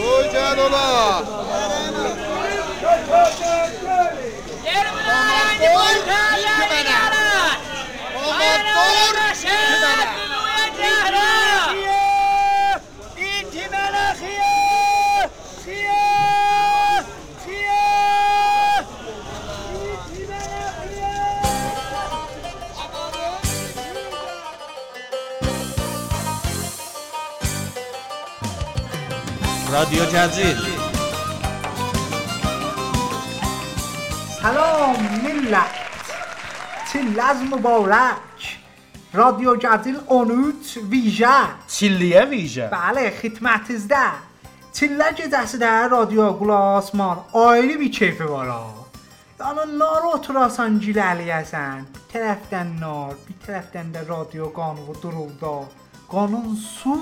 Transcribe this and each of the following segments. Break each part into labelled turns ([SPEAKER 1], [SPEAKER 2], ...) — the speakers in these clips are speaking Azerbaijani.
[SPEAKER 1] Hoca dola.
[SPEAKER 2] رادیو جزیل
[SPEAKER 3] سلام ملت تیلز مبارک رادیو جدیل اونوت ویژه بله،
[SPEAKER 2] چیلیه ویژه
[SPEAKER 3] Bəli, xidmətinizdə. Çillər gecəsində radio qulaqasman ayrı bir keyfi var ha. Yəni nara oturasan giləliyəsən. Bir tərəfdən nar, bir tərəfdən də radio qanunu duruldu. Qanun su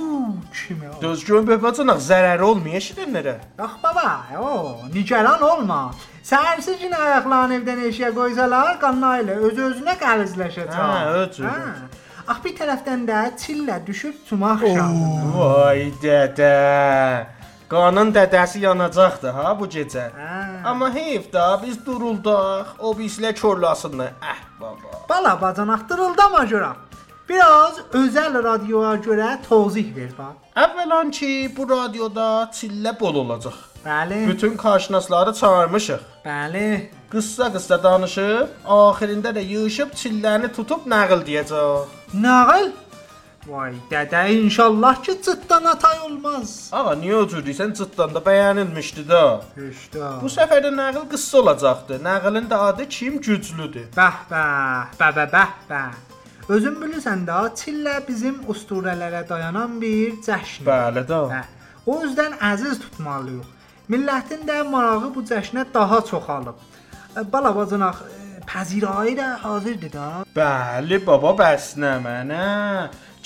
[SPEAKER 3] kimi. o.
[SPEAKER 2] Düzgün böpəcənək zərər olmuyor eşidinlərə.
[SPEAKER 3] Bax baba, o, nigeran olma. Səhərsi gün ayaqlarını evdən eşiyə qoysalar, qanla ilə öz-özünə qəlizləşəcək.
[SPEAKER 2] Hə, öz özünə.
[SPEAKER 3] Hə. Ax bir tərəfdən də çillə düşüb çumaq şahı.
[SPEAKER 2] Vay dədə. Qanın dədəsi yanacaqdı ha bu gecə.
[SPEAKER 3] Hə.
[SPEAKER 2] Amma heyf də biz duruldaq. O bizlə körlasınlar. Əh baba.
[SPEAKER 3] Bala bacanaq dırıldama görə. Biraz özəl radioya görə təvzih ver bax.
[SPEAKER 2] Əvvəlan ki, bu radioda çillə bol olacaq.
[SPEAKER 3] Bəli,
[SPEAKER 2] Bütün qarşınasları çağırmışıq.
[SPEAKER 3] bəli.
[SPEAKER 2] Qıssa-qıssa danışıb, axirində də yığışıb çilləni tutub nəql deyəcək.
[SPEAKER 3] Nağıl? Vay dədə, inşallah ki, cıtdan atay olmaz.
[SPEAKER 2] Ağa niyə o cür deyirsən? Cıtdan da bəyənilmişdi də.
[SPEAKER 3] Heşdə.
[SPEAKER 2] Bu səfər də nəql qıssa olacaqdı. Nəqlin də adı kim güclüdür.
[SPEAKER 3] Bəh bəh, bəh bəh bəh bəh. Özün bilirsən də, çillə bizim usturələrə dayanan bir cəşndir.
[SPEAKER 2] Bəli də.
[SPEAKER 3] Hə. O üzdən əziz tutmalıyıq. Millətin də marağı bu cəşnə daha çoxalıb. E, Bala bacanaq, e, pəzirayı da hazırdır da.
[SPEAKER 2] Bəli baba, bəs nə mənə?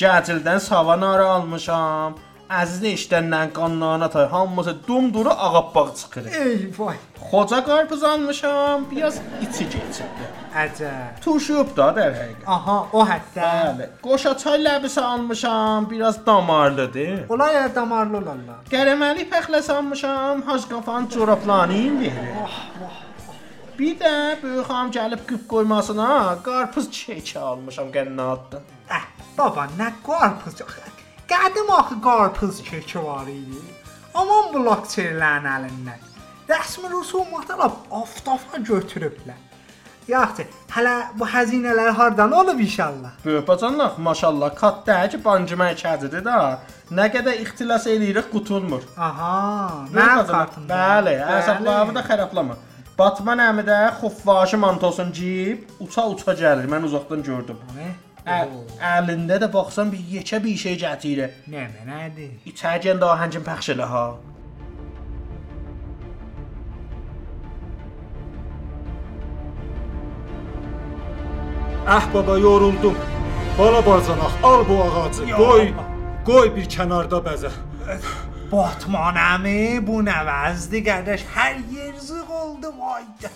[SPEAKER 2] Gəcildən savanarı almışam. Əziz işdəndən qanlarına tay hamısı dumduru ağappaq çıxır.
[SPEAKER 3] Ey vay.
[SPEAKER 2] Xoca qarpız almışam, biraz içi keçirdi.
[SPEAKER 3] Əcəb.
[SPEAKER 2] Turşuyub da dər həqiqət.
[SPEAKER 3] E, Aha, o hətta.
[SPEAKER 2] Bəli, qoşa çay ləbisi almışam, biraz damarlıdır.
[SPEAKER 3] Onlar ya E, damarlı olanlar.
[SPEAKER 2] Qərəməli pəxlə salmışam, hacqafan corablanıyım verir. Bir də böyüxam gəlib qıb qoymasına qarpız çəkə almışam qənnatdan.
[SPEAKER 3] Əh, baba nə qarpız axı. Qədim axı qarpız kökü var idi. Aman blokçilərin əlindən. Rəsmi rüsumat alıb aftafa götürüblər. Yaxşı, hələ bu xəzinələr hardan olub inşallah?
[SPEAKER 2] Böyübacanlıq maşallah katdəki bancımə kəcidir də. Nə qədər ixtilas eləyirik qutulmur.
[SPEAKER 3] Aha, mənim
[SPEAKER 2] Böyübacanlıq,
[SPEAKER 3] kartımda.
[SPEAKER 2] Bəli, əsəblərini də xərablamır. Batman əmi də xufvaşı mantosunu geyib uça-uça gəlir. Mən uzaqdan gördüm.
[SPEAKER 3] Nə?
[SPEAKER 2] Ə, əlində də baxsan bir yekə bir şey gətirir.
[SPEAKER 3] Nə mənədir?
[SPEAKER 2] İçərgən də ahəngin pəxş elə ha.
[SPEAKER 4] Ah baba yoruldum. Bala barcanaq al bu ağacı. Qoy. Qoy bir kənarda bəzə.
[SPEAKER 3] Batmanəmi bu nəvəzdi qardaş hər yer zığ oldu vay. da.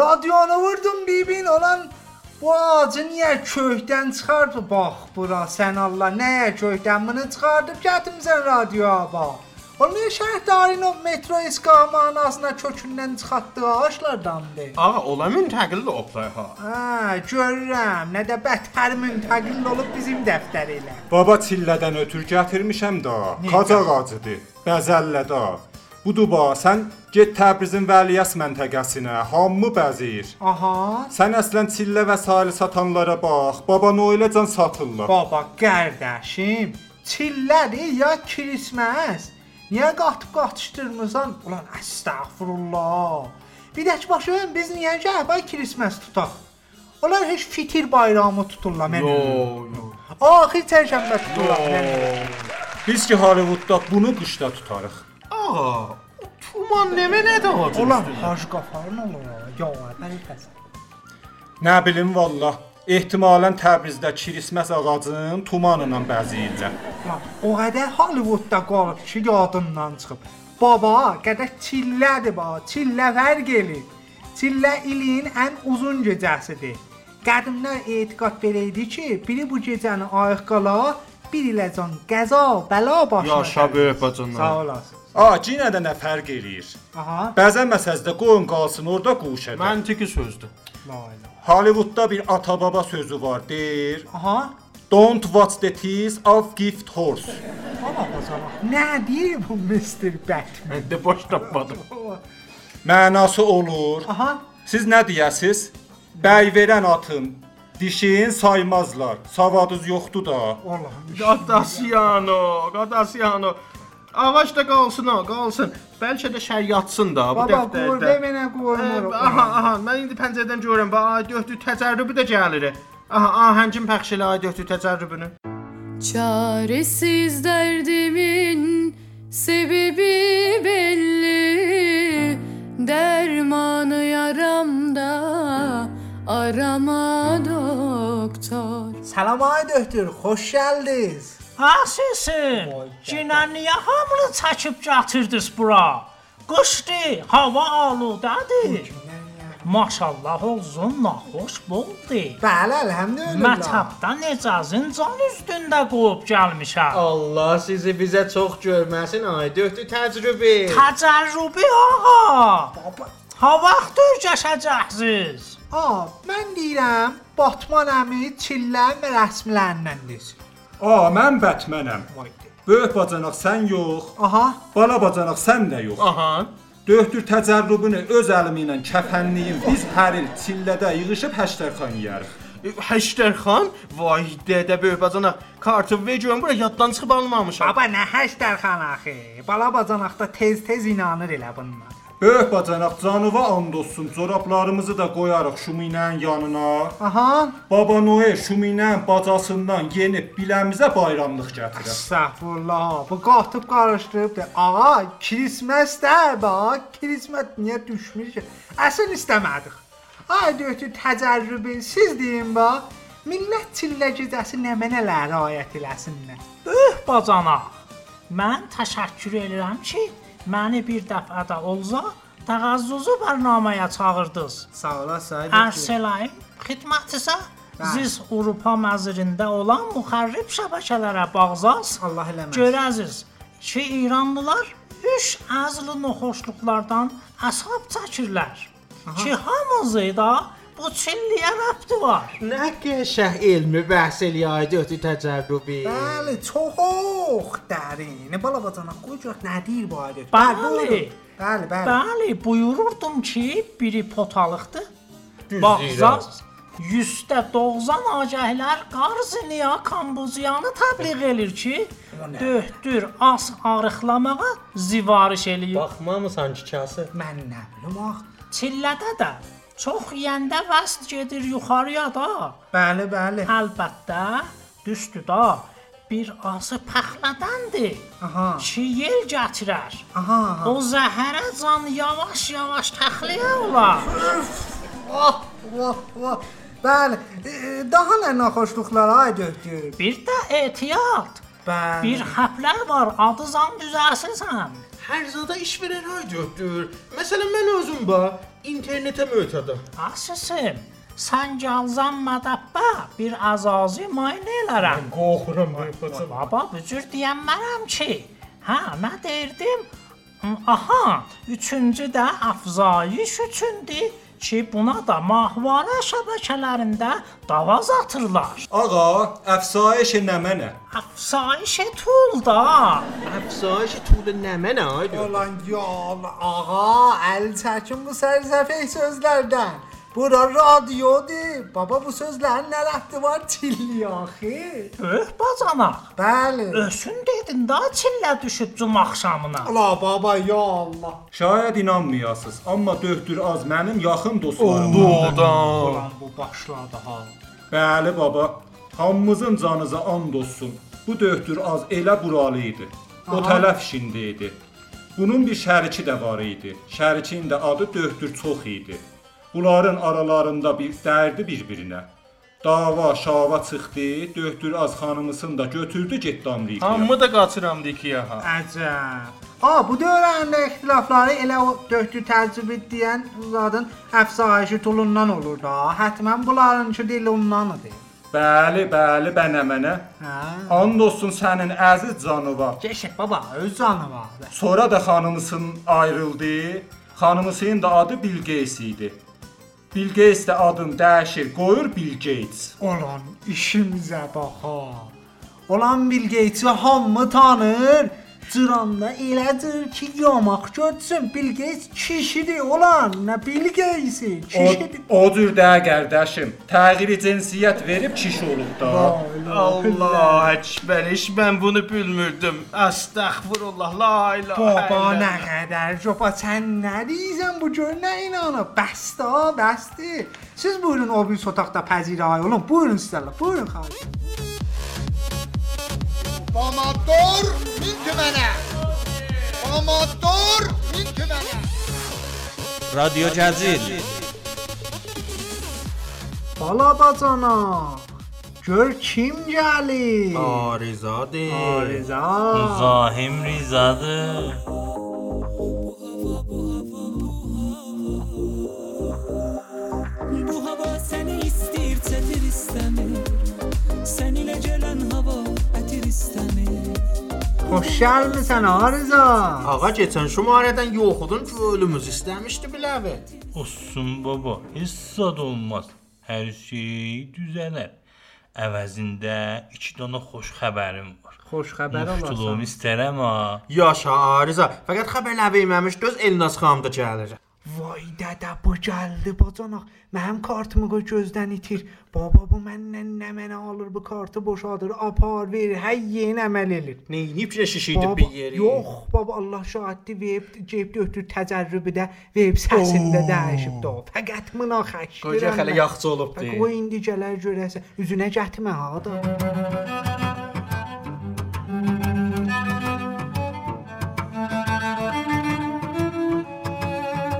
[SPEAKER 3] Radionu vurdum bibin olan bu ağacı niyə kökdən çıxardı bax bura sən Allah nəyə kökdən bunu çıxardıb gətirmisən radioya bax. Olmuyor şəhərin o metro iska manasına kökündən çıxartdığı ağaclardandır.
[SPEAKER 2] Ağa, ola müntəqil də oplay ha.
[SPEAKER 3] Hə, görürəm, nə də bətər müntəqil olub bizim dəftəri ilə.
[SPEAKER 4] Baba çillədən ötür gətirmişəm də.
[SPEAKER 3] Niyə?
[SPEAKER 4] Xaç ağacıdır. Bəzəllə də. Budur ba, sən get Təbrizin Vəliyəs məntəqəsinə, hamı bəzir.
[SPEAKER 3] Aha,
[SPEAKER 4] Sən əslən çillə vəsaili satanlara bax. Baba Noelə can satırlar.
[SPEAKER 3] Baba qardaşım, çillədir ya kirisməs. Niyə qatıb qatışdırmısan? Ulan əstəğfurullah. Bir də ki başlayın biz niyə gəbə kirisməs tutaq? Onlar heç fitir bayramı tuturlar mənə.
[SPEAKER 2] yo.
[SPEAKER 3] Axir çərşənbə tuturlar mənə.
[SPEAKER 4] Biz ki Hollywoodda bunu qışda tutarıq.
[SPEAKER 2] Ağa, o tuman nə mənədə hacı?
[SPEAKER 3] Ulan haş qafarın olur. Ya, bəli təsə.
[SPEAKER 4] Nə bilim vallah. Ehtimalən Təbrizdə kirisməs ağacının tumanından bəziyirlər.
[SPEAKER 3] Ulan o qədər Hollywoodda qalıb ki, yadımdan çıxıb. Baba, qardaş çillədir ba, çillə fərq eləyir. Çillə ilin ən uzun gecəsidir. Qədimdən etiqad belə idi ki, biri bu gecəni ayıq qala, bir iləcən qəza, bəla başına.
[SPEAKER 1] Yaşa
[SPEAKER 3] gəlir.
[SPEAKER 1] böyük bacanlar.
[SPEAKER 3] Sağ olasın.
[SPEAKER 4] A, yenə də nə fərq eləyir?
[SPEAKER 3] Aha.
[SPEAKER 4] Bəzən məsələdə qoyun qalsın orada quşədə. Mən...
[SPEAKER 1] Məntiqi sözdür.
[SPEAKER 3] La ilahe.
[SPEAKER 4] Hollywoodda bir ata-baba sözü var, deyir.
[SPEAKER 3] Aha.
[SPEAKER 4] Don't watch the teeth of gift horse.
[SPEAKER 3] Baba bacanaq. Nə deyir bu Mr. Batman?
[SPEAKER 1] Mən də boş tapmadım.
[SPEAKER 4] Mənası olur.
[SPEAKER 3] Aha.
[SPEAKER 4] Siz nə deyəsiz? Bəy verən atın dişin saymazlar. Savadınız yoxdur da.
[SPEAKER 3] Allahım.
[SPEAKER 1] Qadasiyano, Qadasiyano. Ağac da qalsın ha, qalsın. Bəlkə də şər yatsın da bu
[SPEAKER 3] Baba,
[SPEAKER 1] dəftərdə.
[SPEAKER 3] qurbe mənə qoymur.
[SPEAKER 1] Ə, Aha, aha, mən indi pəncərədən görürəm. Bax, ay döhdü təcərrübü də gəlir. Aha, ahəngin bəxş elə ay döhdü təcərrübünü.
[SPEAKER 5] Çaresiz derdimin sebebi belli Dermanı yaramda arama doktor
[SPEAKER 3] Salam ay döktür, xoş gəldiniz.
[SPEAKER 6] Ha sizsin.
[SPEAKER 3] Vay
[SPEAKER 6] Cinən niyə hamını çəkib gətirdiniz bura? Qışdı, hava aludadır. Maşallah olsun, naxoş boldu.
[SPEAKER 3] Bəli, elhamdülillah.
[SPEAKER 6] Mətəbdən icazın can üstündə qoyub gəlmişəm.
[SPEAKER 2] Allah sizi bizə çox görməsin, ay döhdü təcrübə.
[SPEAKER 6] Təcərrübi ağa.
[SPEAKER 3] Baba.
[SPEAKER 6] Ha vaxt öyrəşəcəksiniz.
[SPEAKER 3] A, mən deyirəm, Batman əmi çillərin rəsmləndəndir.
[SPEAKER 4] A, mən Batmanəm. Böyük bacanaq sən yox.
[SPEAKER 3] Aha,
[SPEAKER 4] Bala bacanaq sən də yox.
[SPEAKER 1] Aha.
[SPEAKER 4] Döhdür təcərrübünü öz əlimi ilə kəfənliyim. Biz hər il çillədə yığışıb həştərxan yeyərik.
[SPEAKER 1] Həştərxan, vay dədə böyük bacanaq, kartı ver görüm bura yaddan çıxıb almamışam.
[SPEAKER 3] baba nə həştərxan axı. Bala bacanaqda tez-tez inanır elə bununla.
[SPEAKER 4] Böyük bacanaq Öh, canıva and olsun. Corablarımızı da qoyarıq şuminənin yanına.
[SPEAKER 3] Aha,
[SPEAKER 4] Baba Noe şuminənin bacasından yenib biləmizə bayramlıq gətirər.
[SPEAKER 3] Səhvullah, bu qatıb qarışdırıbdır. Ağa, Krismas də, bax, Krismas niyə düşmüş? Əsl istəmədik. Ay döyütü təcrübə, siz deyin bax, millət çillə gecəsi nə mənə rəayət eləsinlər.
[SPEAKER 6] Üh bacana. Mən təşəkkür edirəm ki, məni bir dəfə də olsa təğazzuzu proqramaya çağırdınız.
[SPEAKER 3] Sağ olasın.
[SPEAKER 6] Arselayın xidməti isə siz Avropa məzirində olan müxərrib şəbəkələrə bağzas
[SPEAKER 3] Allah eləməsin.
[SPEAKER 6] Görəsiz ki, İranlılar üç əzli noxoşluqlardan əsab çəkirlər. Ki hamımızı da bu çilliyə rəbti var.
[SPEAKER 2] Nə qəşəng elmi bəhs eləyir, ay döhdü təcrübə.
[SPEAKER 3] Bəli, çox dərin. Bala bacana qoyacaq nə deyir bu ayrı?
[SPEAKER 6] Bəli.
[SPEAKER 3] budur. Bəli, bəli.
[SPEAKER 6] Bəli, buyururdum ki, biri potalıqdır. Bağzas 190 agahlər qarziniya kambuziyanı təbliğ elir ki, döhdür as arıqlamağa zivarış eləyir.
[SPEAKER 2] Baxmamısan ki, kası.
[SPEAKER 3] Mən nə bilim ah. ax.
[SPEAKER 6] Çillədə də çox yəndə vəsd gedir yuxarıya da.
[SPEAKER 3] Bəli, bəli.
[SPEAKER 6] Əlbəttə, düzdür da, bir ası pəxlədəndir
[SPEAKER 3] Aha.
[SPEAKER 6] ki, yel gətirər.
[SPEAKER 3] Aha. aha.
[SPEAKER 6] O zəhərə can yavaş-yavaş təxliyə olar.
[SPEAKER 3] Oh, oh, oh. Bəli. e, e, Daha nə naxoşluqlar ay döktür.
[SPEAKER 6] Bir də ehtiyat.
[SPEAKER 3] Bəli.
[SPEAKER 6] Bir xəplər var, adı zan düzəlsən.
[SPEAKER 2] Hər zada iş verən ay döhdür. Məsələn mən özüm bax, internetə mötədəm.
[SPEAKER 6] Asısım, sən gəlsən mədəbbə, bir əzazi mayinə elərəm.
[SPEAKER 2] Qorxuram ay bacım.
[SPEAKER 6] Baba, bu cür deyənmərəm ki. Hə, nə deyirdim? Aha, üçüncü də afzayiş üçündür ki, buna da mahvara şəbəkələrində dava zatırlar.
[SPEAKER 4] Ağa, əfsayiş nə mənə?
[SPEAKER 6] Afsayişə tul da.
[SPEAKER 2] Əfsayiş tuğda nə mənə ay döhdür.
[SPEAKER 3] Olan ya Allah, ağa, əl çəkin bu sərzəfək sözlərdən. Bura radiodur. Baba bu sözlərin nə rəhti var çilli axı?
[SPEAKER 6] Öh bacanaq.
[SPEAKER 3] Bəli.
[SPEAKER 6] Ösün dedin da çillə düşüb cum axşamına.
[SPEAKER 3] Allah baba ya Allah.
[SPEAKER 4] Şayad inanmayasız, amma döhdür az mənim yaxın dostlarım.
[SPEAKER 1] Doğudan.
[SPEAKER 3] bu başladı ha.
[SPEAKER 4] Bəli baba, hamımızın canınıza and olsun. Bu döhdür az elə buralı idi. O tələf şində idi. Bunun bir şəriki də var idi. Şərikin də adı döhdür çox idi. Bunların aralarında bir dərdi bir-birinə. Dava şava çıxdı, döhdür az xanımısını da götürdü getdi Amerikaya.
[SPEAKER 1] Hamımı da qaçıram dikiyə ha.
[SPEAKER 3] Əcəb. Ha, bu dövrəndə ixtilafları elə o döhdü təcrüb edən zadın əfsayişi tulundan olur da. Hətmən bunlarınki dil ondan idi.
[SPEAKER 4] Bəli, bəli, bənəmənə.
[SPEAKER 3] Hə.
[SPEAKER 4] And olsun sənin əziz canavar.
[SPEAKER 3] Keşik baba, öz canı var.
[SPEAKER 4] Sonra da xanımısın ayrıldı. Xanımısının da adı Bill Gates idi. Bill Gates də adını dəyişir, qoyur Bill Gates.
[SPEAKER 3] Olan işimizə baxa. Olan Bill Gates'i hamı tanır. Cıranda elədir ki, yamaq görsün. Bill Gates kişidir olan, nə Bill Gates'i,
[SPEAKER 4] O,
[SPEAKER 3] kişidir.
[SPEAKER 4] o cür də qardaşım, təğyiri cinsiyyət verib kişi olub da.
[SPEAKER 1] Allah ekber, hiç ben bunu bilmirdim. Estağfurullah, la ilahe
[SPEAKER 3] Baba
[SPEAKER 1] illallah.
[SPEAKER 3] nə qədər copa sən nə deyirsən bu gör nə inanıb. Bəsdə, bəsdi. Siz buyurun o bir otaqda pəzirəyə olun. Buyurun sizlərlə. Buyurun xahiş.
[SPEAKER 7] Pomodor min tümənə. Pomodor min tümənə.
[SPEAKER 8] رادیو جزیل
[SPEAKER 3] Bala bacana. Gör kim gəlir.
[SPEAKER 8] آریزاده
[SPEAKER 3] Ariza.
[SPEAKER 8] زاهم ریزاده
[SPEAKER 9] Bu hava səni istir, çətir istəmir. Sən ilə gələn hava ətir istəmir.
[SPEAKER 3] Xoş gəlmisən Ariza.
[SPEAKER 2] Ağa geçen şu mağaradan yoxudun ki ölümüz istemişti biləvi.
[SPEAKER 8] Olsun baba, heç zad olmaz. Hər şey düzələr. Əvəzində 2 dənə xoş xəbərim var.
[SPEAKER 3] Xoş xəbər
[SPEAKER 8] Muştuluğum
[SPEAKER 3] alasan.
[SPEAKER 8] istərəm ha.
[SPEAKER 2] Yaşa Ariza, fəqət xəbərlər verməmiş döz Elnaz xanım da gəlir.
[SPEAKER 3] Vay dədə bu gəldi bacana. Mənim kartımı qoy gözdən itir. Baba bu məndən nə mənə alır bu kartı boşadır, apar verir, hər yeni əməl elir.
[SPEAKER 2] Neyini bir şişiydi
[SPEAKER 3] Baba,
[SPEAKER 2] bir yeri.
[SPEAKER 3] Yox, baba Allah şahiddir verib ceyb dötür təcrübədə verib səsində dəyişib də. o. Fəqət mına xəşdir.
[SPEAKER 2] Qoca hələ yaxşı olubdu.
[SPEAKER 3] Qoy indi gələr görəsən. Üzünə gətirmə ha da.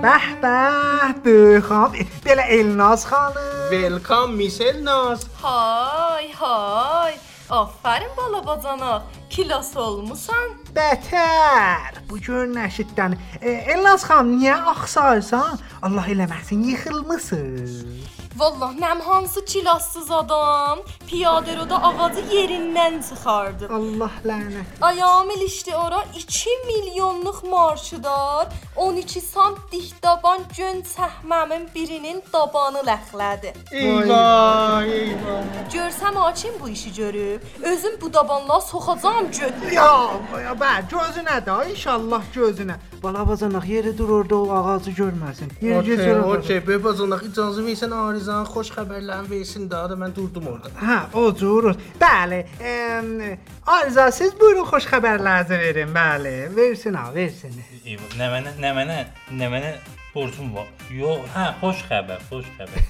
[SPEAKER 3] Bəh bəh, böyük xan, belə Elnaz xanım.
[SPEAKER 2] Welcome Miss Elnaz.
[SPEAKER 10] Hay hay. Aferin bala bacanak. Kilas olmusan.
[SPEAKER 3] Bətər. Bu gün nəşiddən. E, Elnaz xanım, niyə axsayırsan? Allah eləməsin, yıxılmısın.
[SPEAKER 10] Vallah nem hansı kilassız adam. Piyaderoda ağacı yerinden çıkardı.
[SPEAKER 3] Allah lənət.
[SPEAKER 10] Ayağımil işte ora 2 milyonluq marşıdar. 12 sant dihdaban gön səhməmin birinin dabanı ləxlədi.
[SPEAKER 1] Eyvah, eyvah.
[SPEAKER 10] Görsəm açım bu işi görüb. Özüm bu dabanla soxacam göt.
[SPEAKER 3] Ya, ya bə, gözünə də, inşallah gözünə. Balabazanaq yerə dur orada o ağacı görməsin. Yerə okay,
[SPEAKER 2] Okey,
[SPEAKER 3] götür.
[SPEAKER 2] okey. Bebazanaq icazə versən Arizanın xoş xəbərlərini versin daha da mən durdum orada.
[SPEAKER 3] Hə, o cür. Bəli. Em, Arza, siz buyurun xoş xəbərlərinizi verin. Bəli, versin ha, versin.
[SPEAKER 8] Ey, Nə mənə, nə mənə, nə mənə borcum var. Yox, hə, xoş xəbər, xoş xəbər.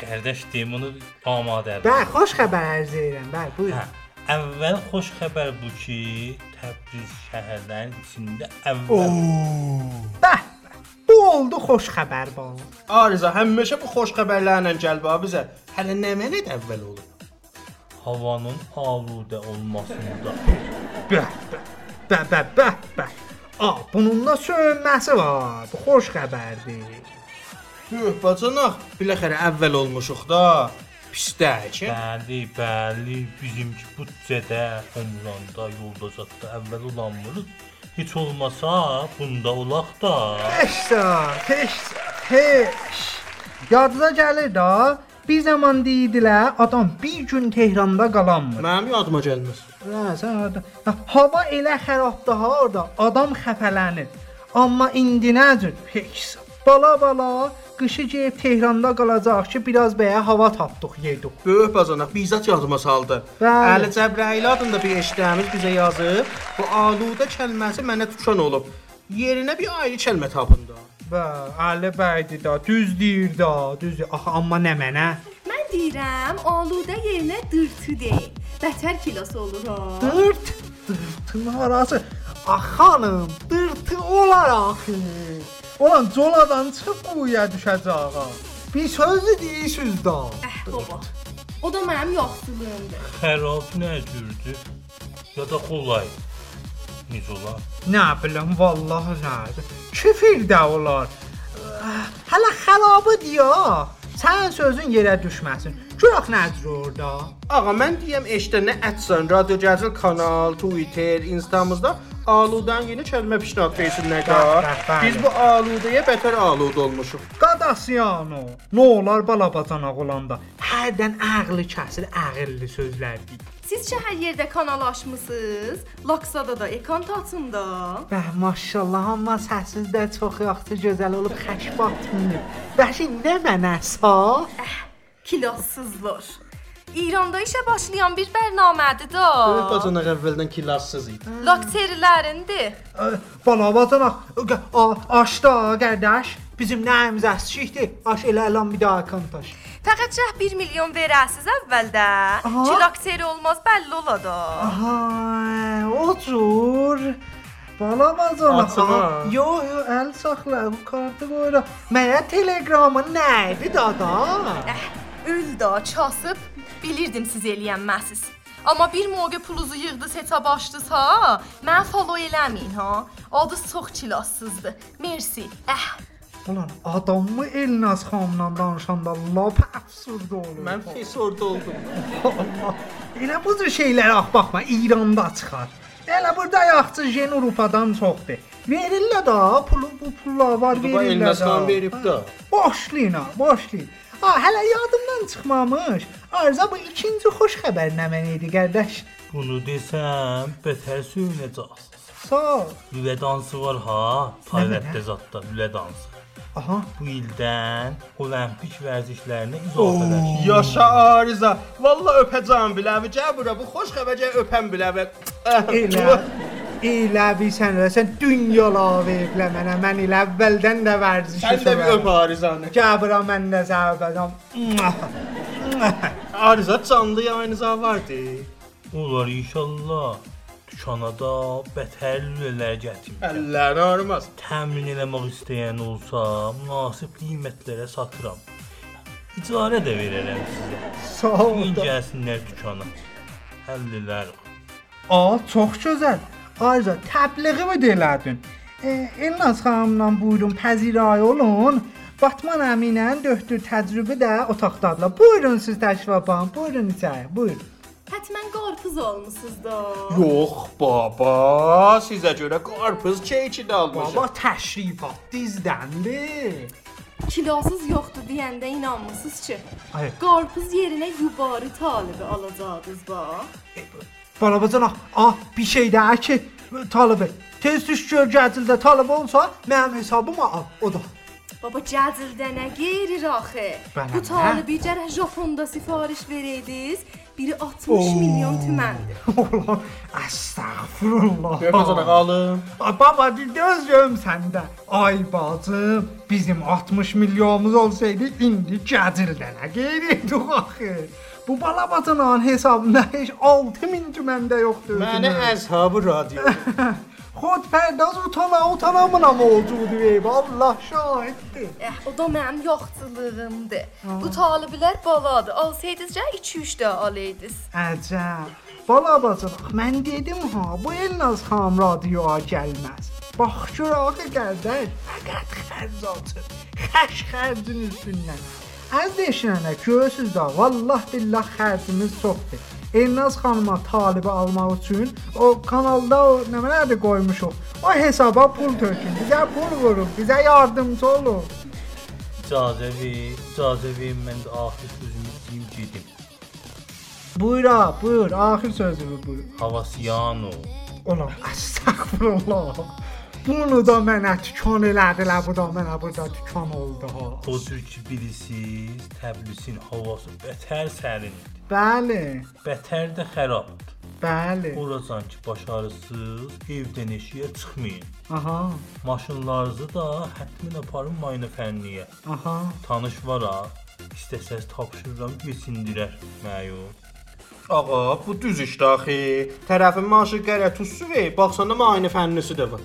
[SPEAKER 8] Qardaş deyim bunu amadədir.
[SPEAKER 3] Bəli, xoş xəbər arz edirəm. Bəli,
[SPEAKER 8] Hə.
[SPEAKER 3] buyurun.
[SPEAKER 8] Əvvəl xoş xəbər bu ki, Təbriz şəhərlərinin içində
[SPEAKER 2] Hə.
[SPEAKER 8] əvvəl
[SPEAKER 3] Bəh, bəh. Bu oldu xoş xəbər bal.
[SPEAKER 2] Ariza həmişə bu xoş xəbərlərlə gəl bax bizə. Hələ nə mənə də əvvəl olur.
[SPEAKER 8] havanın aludə olmasında.
[SPEAKER 3] Bəh, bəh, bəh, bəh, bəh, bəh. A, bunun da sönməsi var. Bu xoş xəbərdir.
[SPEAKER 2] Yox, bacanaq, biləxərə əvvəl olmuşuq da. Pisdək. hə?
[SPEAKER 8] Bəli, bəli, bizimki büdcədə, Omranda, Yoldacatda əvvəl olanmırıq. Heç olmasa bunda olaq da.
[SPEAKER 3] Heşsa, heş, heş. Yadına gəlir da, bir zaman deyirdilər, adam bir gün Tehranda qalanmır.
[SPEAKER 2] Mənim yadıma gəlməz.
[SPEAKER 3] Hə, sən orada. hə, Hava elə xarabdır ha orada, adam xəfələnir. Amma indi nədir? Heş. Bala bala qışı gəlib Tehranda qalacaq ki, biraz bəyə hava tapdıq, yedik.
[SPEAKER 2] Böyük bacanaq bizzat yadıma saldı.
[SPEAKER 3] Bəli.
[SPEAKER 2] Əli Cəbrayil adında bir eşdəmiz bizə yazıb, bu aludə kəlməsi mənə tuşan olub. Yerinə bir ayrı kəlmə tapındı.
[SPEAKER 3] Bə, Ali bəydi da, düz deyir da, düz. deyir. Axı amma nə mənə?
[SPEAKER 10] Mən deyirəm, aludə yerinə dırtı deyin. Bətər kilas olur ha.
[SPEAKER 3] Dırt, dırtın arası. Ax xanım, dırtı olar axı. Olan coladan çıxıb quyuya düşəcək ağa. Bir sözü deyirsiniz da.
[SPEAKER 10] Əh baba. O da mənim yaxşılığımdır.
[SPEAKER 8] Xərab nə cürdür? Ya da qolay. Necə olar?
[SPEAKER 3] Nə bilim, vallahi nədir. Küfür də olar. Ah, Hələ xəlabı diyə. Sənin sözün yerə düşməsin. Görək nədir orada.
[SPEAKER 2] Ağa mən deyəm eşdə nə ətsən, radio gəzil kanal, Twitter, Instamızda aludan yeni kəlmə pişnat versinlər də. Biz bu aludaya bətər alud olmuşuq.
[SPEAKER 3] Qadasiyano. Nə olar balabacanaq olanda? Hərdən ağlı kəsir, ağıllı sözlər deyir.
[SPEAKER 10] Sizcə hər yerdə kanal açmısınız? Laksada da, Ekantatında.
[SPEAKER 3] Bəh, maşallah, amma səsiz də çox yaxşı, gözəl olub, xəş batmıyıb. Bəşi nə mənəsə?
[SPEAKER 10] Kilassızlar. İranda işə başlayan bir bənamədir də.
[SPEAKER 2] Böyük bacanaq əvvəldən kilassız idi.
[SPEAKER 10] Lakterilərindir.
[SPEAKER 3] Balabacanaq, aşda qardaş. Bizim nəyimiz əskikdir? Aş elə elan bir daha kontaş.
[SPEAKER 10] Fəqətcə 1 milyon verəsiz əvvəldə.
[SPEAKER 3] Aha.
[SPEAKER 10] Ki lakteri olmaz bəlli ola da.
[SPEAKER 3] Aha, o cür. Bana
[SPEAKER 2] Açma.
[SPEAKER 3] bazana. Yo yo el saxla bu kartı böyle. Mənə telegramı nəydi dada?
[SPEAKER 10] Əh, ül Eh, də çasıb bilirdim siz eləyənməsiz. Amma bir moqə puluzu yığdız hesab açdız ha. Mən follow eləməyin ha. Adı çox kilassızdır. Mersi. Eh. Əh.
[SPEAKER 3] Ulan adamı Elnaz xanımla danışanda lap absurd olur.
[SPEAKER 2] Mən pis orada oldum.
[SPEAKER 3] Allah. Elə bu cür şeylərə ax baxma, İranda çıxar. Elə burada yaxşı jen Avropadan çoxdur. Verirlər də pulu bu pullar var
[SPEAKER 2] Duba
[SPEAKER 3] verirlər. də.
[SPEAKER 2] Elnasdan verib də.
[SPEAKER 3] Başlayın, ha, başlayın. Ha, hələ yadımdan çıxmamış. Arza bu ikinci xoş xəbər nə mən idi, qardaş?
[SPEAKER 8] Bunu desəm, bətər söyləyəcəksiniz.
[SPEAKER 3] Sağ ol.
[SPEAKER 8] Lülə dansı var ha, Taylanddə zətdə lülə dansı.
[SPEAKER 3] Aha.
[SPEAKER 8] Bu ildən olimpik vərzişlərinə izafələşir.
[SPEAKER 2] Yaşa Ariza. Valla öpəcəm biləvi. Gəl bura. Bu xoş xəbərcə öpəm biləvi.
[SPEAKER 3] Elə. Elə bilsən, elə sən dünyalav evlə mənə. Mən elə əvvəldən də vərzişi
[SPEAKER 2] Sən də bir
[SPEAKER 3] sevirəm.
[SPEAKER 2] öp Arizanı.
[SPEAKER 3] Gəbra mən də zərbədam.
[SPEAKER 2] Ariza canlı yayınıza vardı.
[SPEAKER 8] Onlar inşallah dükana da bətər lülələr gətirir.
[SPEAKER 2] Əllərini ağrımaz.
[SPEAKER 8] Təmin eləmək istəyən olsa, münasib qiymətlərə satıram. İcarə də verərəm sizə.
[SPEAKER 3] Sağ ol.
[SPEAKER 8] Bugün gəlsinlər dükana. Həllilər.
[SPEAKER 3] A, çox gözəl. Ayza, təbliğimi də elədin. E, Elnaz xanımla buyurun, pəzirəy olun. Batman əminə döhdür təcrübə də otaqdadılar. Buyurun siz təşrif aparın. Buyurun içəri. Buyurun.
[SPEAKER 10] Hətmən qarpız almısınız da.
[SPEAKER 2] Yox baba, sizə görə qarpız çeçi də almışam.
[SPEAKER 3] Baba təşrifat dizdəndi.
[SPEAKER 10] Kilosuz yoxdur deyəndə inanmısınız ki.
[SPEAKER 3] Ay,
[SPEAKER 10] Qarpız yerinə yubarı talibi alacaqdınız bax.
[SPEAKER 3] balabacan ah, ah, bir şey də ki, talibə. Tez düş gör gətildə talib olsa, mənim hesabıma al. O da.
[SPEAKER 10] Baba cəzildə nə gerir axı?
[SPEAKER 3] Bana
[SPEAKER 10] Bu
[SPEAKER 3] nə?
[SPEAKER 10] talibi gərək Japonda sifariş verəydiniz. Biri 60 milyon tüməndir.
[SPEAKER 3] Ulan, Əstəğfirullah.
[SPEAKER 2] Öpəcəm alım.
[SPEAKER 3] Ay, Baba bir de özlüyorum sende. Ay bacım bizim 60 milyonumuz olsaydı indi cacilden ha gelirdik axı. Bu balabatanağın hesabında hiç 6 min tümende yoktu.
[SPEAKER 2] Mənə əzhabı radio.
[SPEAKER 3] Xod perdaz utana utana mına mı oldu diye Allah şahittir.
[SPEAKER 10] Eh, o da mənim yoxçuluğumdur. Bu taliblər baladır. Alsaydınızca 2-3 də alaydınız.
[SPEAKER 3] Əcəb. Balabatanağ mən dedim ha bu Elnaz xanım radioya gəlməz. Bax gör axı qardaş fəqət xərc atır. Xəş xərcin üstündən. Az deşənə görürsüz də vallah billah xərcimiz çoxdur. Elnaz xanıma talibə almaq üçün o kanalda o nə mənadə qoymuşuq. O hesaba pul tökün. Bizə pul vurun, bizə yardımçı olun.
[SPEAKER 8] İcazə ver, icazə ver mən də axır sözümü deyim gedim.
[SPEAKER 3] Buyur, ha, buyur, axir sözümü buyur.
[SPEAKER 8] Havasiyano.
[SPEAKER 3] Ona astagfirullah. Bunu da mənə tükon elədilər, bu da mənə burada tükon oldu. ha.
[SPEAKER 8] O cür ki bilirsiz, Təblisin havası bətər sərindir.
[SPEAKER 3] Bəli,
[SPEAKER 8] Bətər də xarabdır.
[SPEAKER 3] bəli.
[SPEAKER 8] Orasan ki baş ağrısız, evdən eşiyə çıxmayın.
[SPEAKER 3] Aha,
[SPEAKER 8] Maşınlarınızı da hətmin aparın mayına fənniyə.
[SPEAKER 3] aha.
[SPEAKER 8] Tanış var ha. İstəsəz tapşırıram, yesindirər. Məyum.
[SPEAKER 2] Ağa, bu düz işdə axı. Tərəfin maaşı qərə tutsu və baxsana müayinə fənnisi də var.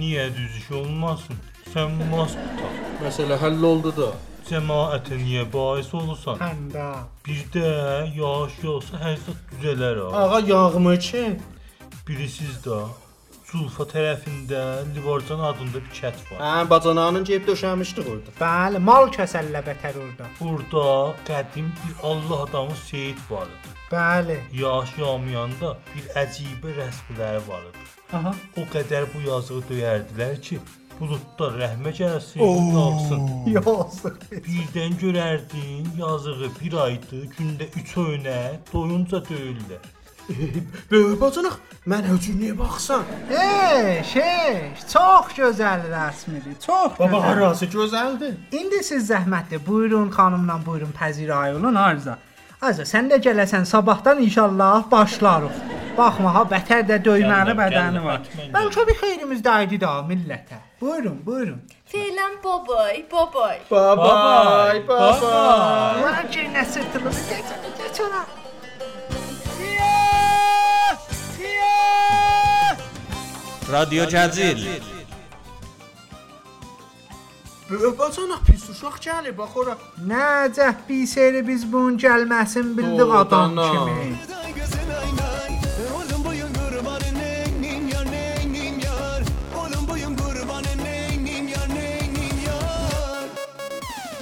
[SPEAKER 8] Niyə düz iş olmasın? Sən mask taq.
[SPEAKER 2] Məsələ həll oldu da.
[SPEAKER 8] Cəmaətə niyə bais olursan?
[SPEAKER 3] Həndə.
[SPEAKER 8] Bir də yağış yağsa hər şey düzələr ha.
[SPEAKER 2] Ağa yağmır ki.
[SPEAKER 8] Bilirsiz də Zulfa tərəfində Livarcan adında bir kət var.
[SPEAKER 2] Hə, bacanağının cib döşəmişdi orada.
[SPEAKER 3] Bəli, mal kəsəllə bətər orada.
[SPEAKER 8] Burada qədim bir Allah adamı Seyid var idi.
[SPEAKER 3] Bəli.
[SPEAKER 8] Yaş yamayanda bir əcibə rəsmləri var idi.
[SPEAKER 3] Aha.
[SPEAKER 8] O qədər bu yazığı döyərdilər ki, buludlar rəhmə gəlsin, yağsın.
[SPEAKER 3] Yazdı.
[SPEAKER 8] Birdən görərdin yazığı bir aydı, gündə 3 öynə doyunca döyürlər.
[SPEAKER 2] Böyük bacanaq, mən höcür niyə baxsan?
[SPEAKER 3] Hey, şey, çox gözəl rəsmidir. Çox.
[SPEAKER 2] Baba
[SPEAKER 3] gözəl.
[SPEAKER 2] harası gözəldir.
[SPEAKER 3] İndi siz zəhmətdir. Buyurun xanımla, buyurun pəzirəy olun Arza. Arza, sən də gələsən sabahdan inşallah başlarıq. Baxma ha, bətər də döyməli
[SPEAKER 8] Gəldim,
[SPEAKER 3] bədəni
[SPEAKER 8] gəldim,
[SPEAKER 3] var.
[SPEAKER 8] atmayın.
[SPEAKER 3] Bəlkə bir xeyrimiz dəydi də millətə. Buyurun, buyurun.
[SPEAKER 11] Feylən babay, babay.
[SPEAKER 2] Babay, babay.
[SPEAKER 3] Ulan ki, nə sırtılımı keçəni keçənə.
[SPEAKER 12] Radio Cəzil.
[SPEAKER 2] Böyük bacanaq pis uşaq gəlib bax ora.
[SPEAKER 3] Nəcəh bir seyri biz bunun gəlməsin bildik
[SPEAKER 2] Doğrudan
[SPEAKER 3] adam
[SPEAKER 2] ha.
[SPEAKER 3] kimi.
[SPEAKER 9] Oğlum boyun kurbanın neynin yar neynin yar Oğlum boyun kurbanın neynin yar neynin yar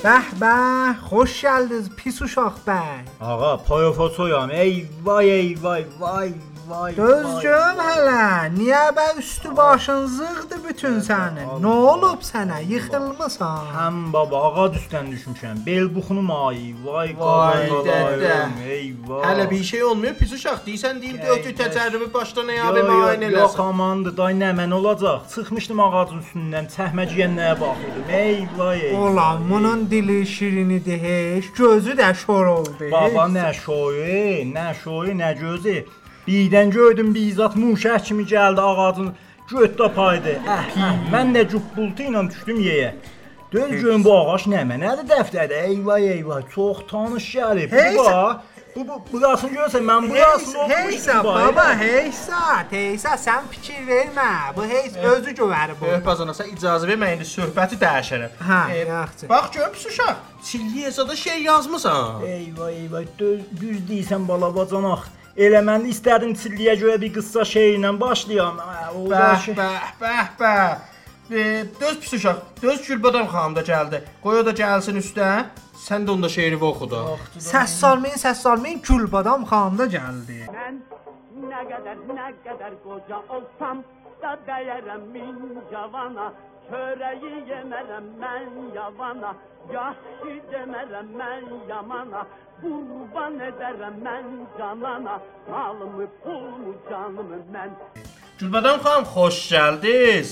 [SPEAKER 3] Bəh bəh, xoş gəldiniz pis uşaq bəy.
[SPEAKER 12] Ağa, payofosoyam. Ey vay ey vay vay vay.
[SPEAKER 3] Gözcüm hələ, niyə bə üstü başın zığdı bütün sənin? Nə olub sənə? Yıxılmısan?
[SPEAKER 12] Həm baba ağac üstdən düşmüşəm. Bel buxunum ay. Vay
[SPEAKER 2] Vay
[SPEAKER 12] qaqay,
[SPEAKER 2] dədə.
[SPEAKER 12] qaqayım, Ey vay.
[SPEAKER 2] Hələ bir şey olmuyor pis uşaq. Deyirsən deyim dötü təcrübə başdan
[SPEAKER 12] Yo,
[SPEAKER 2] ayağa
[SPEAKER 12] yo,
[SPEAKER 2] müayinə
[SPEAKER 12] Yox
[SPEAKER 2] eləsin.
[SPEAKER 12] amandı, day nə mən olacaq? Çıxmışdım ağacın üstündən, çəhməciyən nəyə baxırdım. Ey vay ey.
[SPEAKER 3] Ulan bunun dili şirin idi heç, gözü də şor oldu. heç.
[SPEAKER 12] Baba nə şoyu, nə şoyu, nə gözü. Birdən gördüm bir izat muşəh kimi gəldi ağacın götdə paydı. Əh, əh, mən də cubbultu ilə düşdüm yeyə. Döz görüm bu ağac nə mənədir dəftərdə. Eyvay eyvay, çox tanış gəlib.
[SPEAKER 3] Hey,
[SPEAKER 12] Bu bax, bu bu burasını görsən mən burasını
[SPEAKER 3] Heysa, heysa,
[SPEAKER 12] oxumuşdum. bax,
[SPEAKER 3] baba,
[SPEAKER 12] elə.
[SPEAKER 3] heysa, heysa, sən fikir vermə. Bu heys özü gövəri bu.
[SPEAKER 2] Böyük bacanaq, sən icazə ver mən indi söhbəti dəyişərəm.
[SPEAKER 3] Hə,
[SPEAKER 2] E,
[SPEAKER 3] yaxşı.
[SPEAKER 2] Bax gör pis uşaq. Çilliyəsədə şey yazmısan.
[SPEAKER 12] Eyvay eyvay, döz düz deyirsən balabacanaq. Elə mən də istədim çilliyə görə bir qıssa şey ilə başlayam. Hə, o da
[SPEAKER 2] Bəh,
[SPEAKER 12] şey-
[SPEAKER 2] bəh, bəh, bəh. E, Döz pis uşaq, döz Gülbadam xanım da gəldi. Qoy o da gəlsin üstə. Sən də onda şeirini oxu da.
[SPEAKER 3] Səs salmayın, səs salmayın, Gülbadam xanım da gəldi.
[SPEAKER 13] Ben ne kadar ne kadar koca olsam da değerem min cavana Çöreği yemerem ben yavana Yahşi demerem ben yamana Kurban ederim ben canana Malımı pulumu canımı ben
[SPEAKER 2] Gülbadam xanım xoş gəldiniz.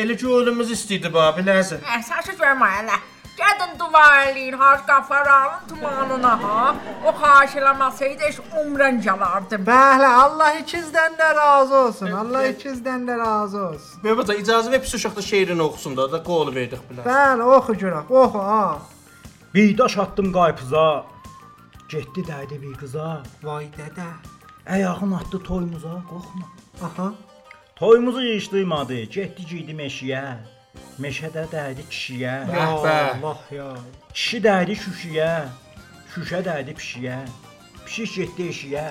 [SPEAKER 2] Elə ki ölümüz istəyirdi ba, bilərsən.
[SPEAKER 14] Əsasız verməyələ. Gəlin duvarlayın, harç qafaranın tumanına ha. O xahiş eləməsəydi heç umran gələrdim.
[SPEAKER 3] Bəhlə, Allah ikizdən də razı olsun. Allah ikizdən də razı olsun.
[SPEAKER 2] Böyük baca icazə ver pis uşaq da şeirini oxusun da, da qol verdik bilərsən.
[SPEAKER 3] Bəli, oxu görək, oxu ha.
[SPEAKER 12] Bir daş atdım qaypıza. Getdi dəydi bir qıza.
[SPEAKER 3] Vay dədə.
[SPEAKER 12] Ayağın atdı toyumuza, qorxma.
[SPEAKER 3] Aha.
[SPEAKER 12] Toyumuzu yığışdırmadı. Getdi girdi meşəyə. Meşədə dəydi kişiyə.
[SPEAKER 2] Bəh, bəh.
[SPEAKER 3] Allah ya.
[SPEAKER 12] Kişi dəydi şüşüyə. Şüşə dəydi pişiyə. Pişik getdi eşiyə.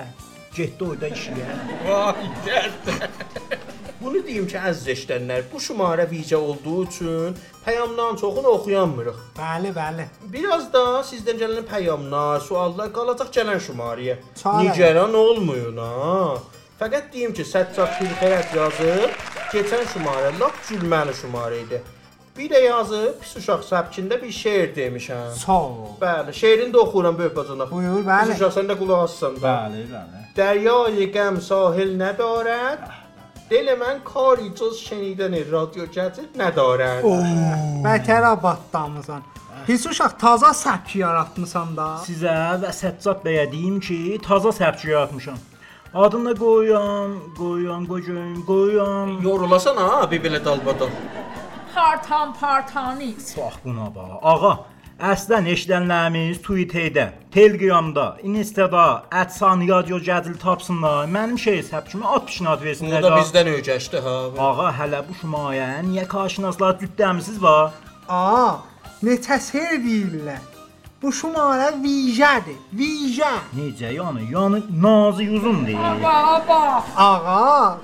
[SPEAKER 12] Getdi orada işiyə.
[SPEAKER 2] Vay dədə. Bunu deyim ki, əziz eşidənlər, bu şumara vicə olduğu üçün peyamdan çoxunu oxuyanmırıq.
[SPEAKER 3] Bəli, bəli.
[SPEAKER 2] Biraz da sizdən gələn peyamlar, suallar qalacaq gələn şumarəyə.
[SPEAKER 3] Çarə.
[SPEAKER 2] Nigeran olmayın ha. Fəqət deyim ki, səccaq xirxərət yazıb, keçən şumarə lap gülməli şumarə idi. Bir də yazıb, pis uşaq səbkində bir şeir demişəm.
[SPEAKER 3] Sağ ol.
[SPEAKER 2] Bəli, şeirini də oxuyuram böyük bacanaq.
[SPEAKER 3] Buyur, bəli.
[SPEAKER 2] Pis uşaq sən də qulaq assan.
[SPEAKER 12] Bəli, bəli.
[SPEAKER 2] دریای غم ساحل ندارد دل من کاری جز شنیدن رادیو جدید ندارد
[SPEAKER 3] Bətər abadlamısan. Pis uşaq taza səpki yaratmısan da.
[SPEAKER 12] Sizə və Səccad bəyə deyim ki, taza səbçi yaratmışam. Adını da qoyuram, qoyuram, qoyuram, qoyuram.
[SPEAKER 2] Yorulasan ha, bir belə dalbadal.
[SPEAKER 14] Partan partanix.
[SPEAKER 12] Bax buna bax. Ağa, əslən eşidənlərimiz Twitter-də, Telegramda, Insta-da ətsan radio gəzil tapsınlar. Mənim şey səbçimə ad pişnad versinlər.
[SPEAKER 2] Bunu da
[SPEAKER 12] da.
[SPEAKER 2] bizdən öyrəşdi ha.
[SPEAKER 12] Ağa, hələ bu şumayə niyə qarşınızlar cütdəmisiz va?
[SPEAKER 3] A, neçə sər deyirlər. Bu şumara vicədir. Vicə.
[SPEAKER 12] Necə yəni? Yəni nazı yuzum deyir.
[SPEAKER 14] Baba,
[SPEAKER 3] Ağa,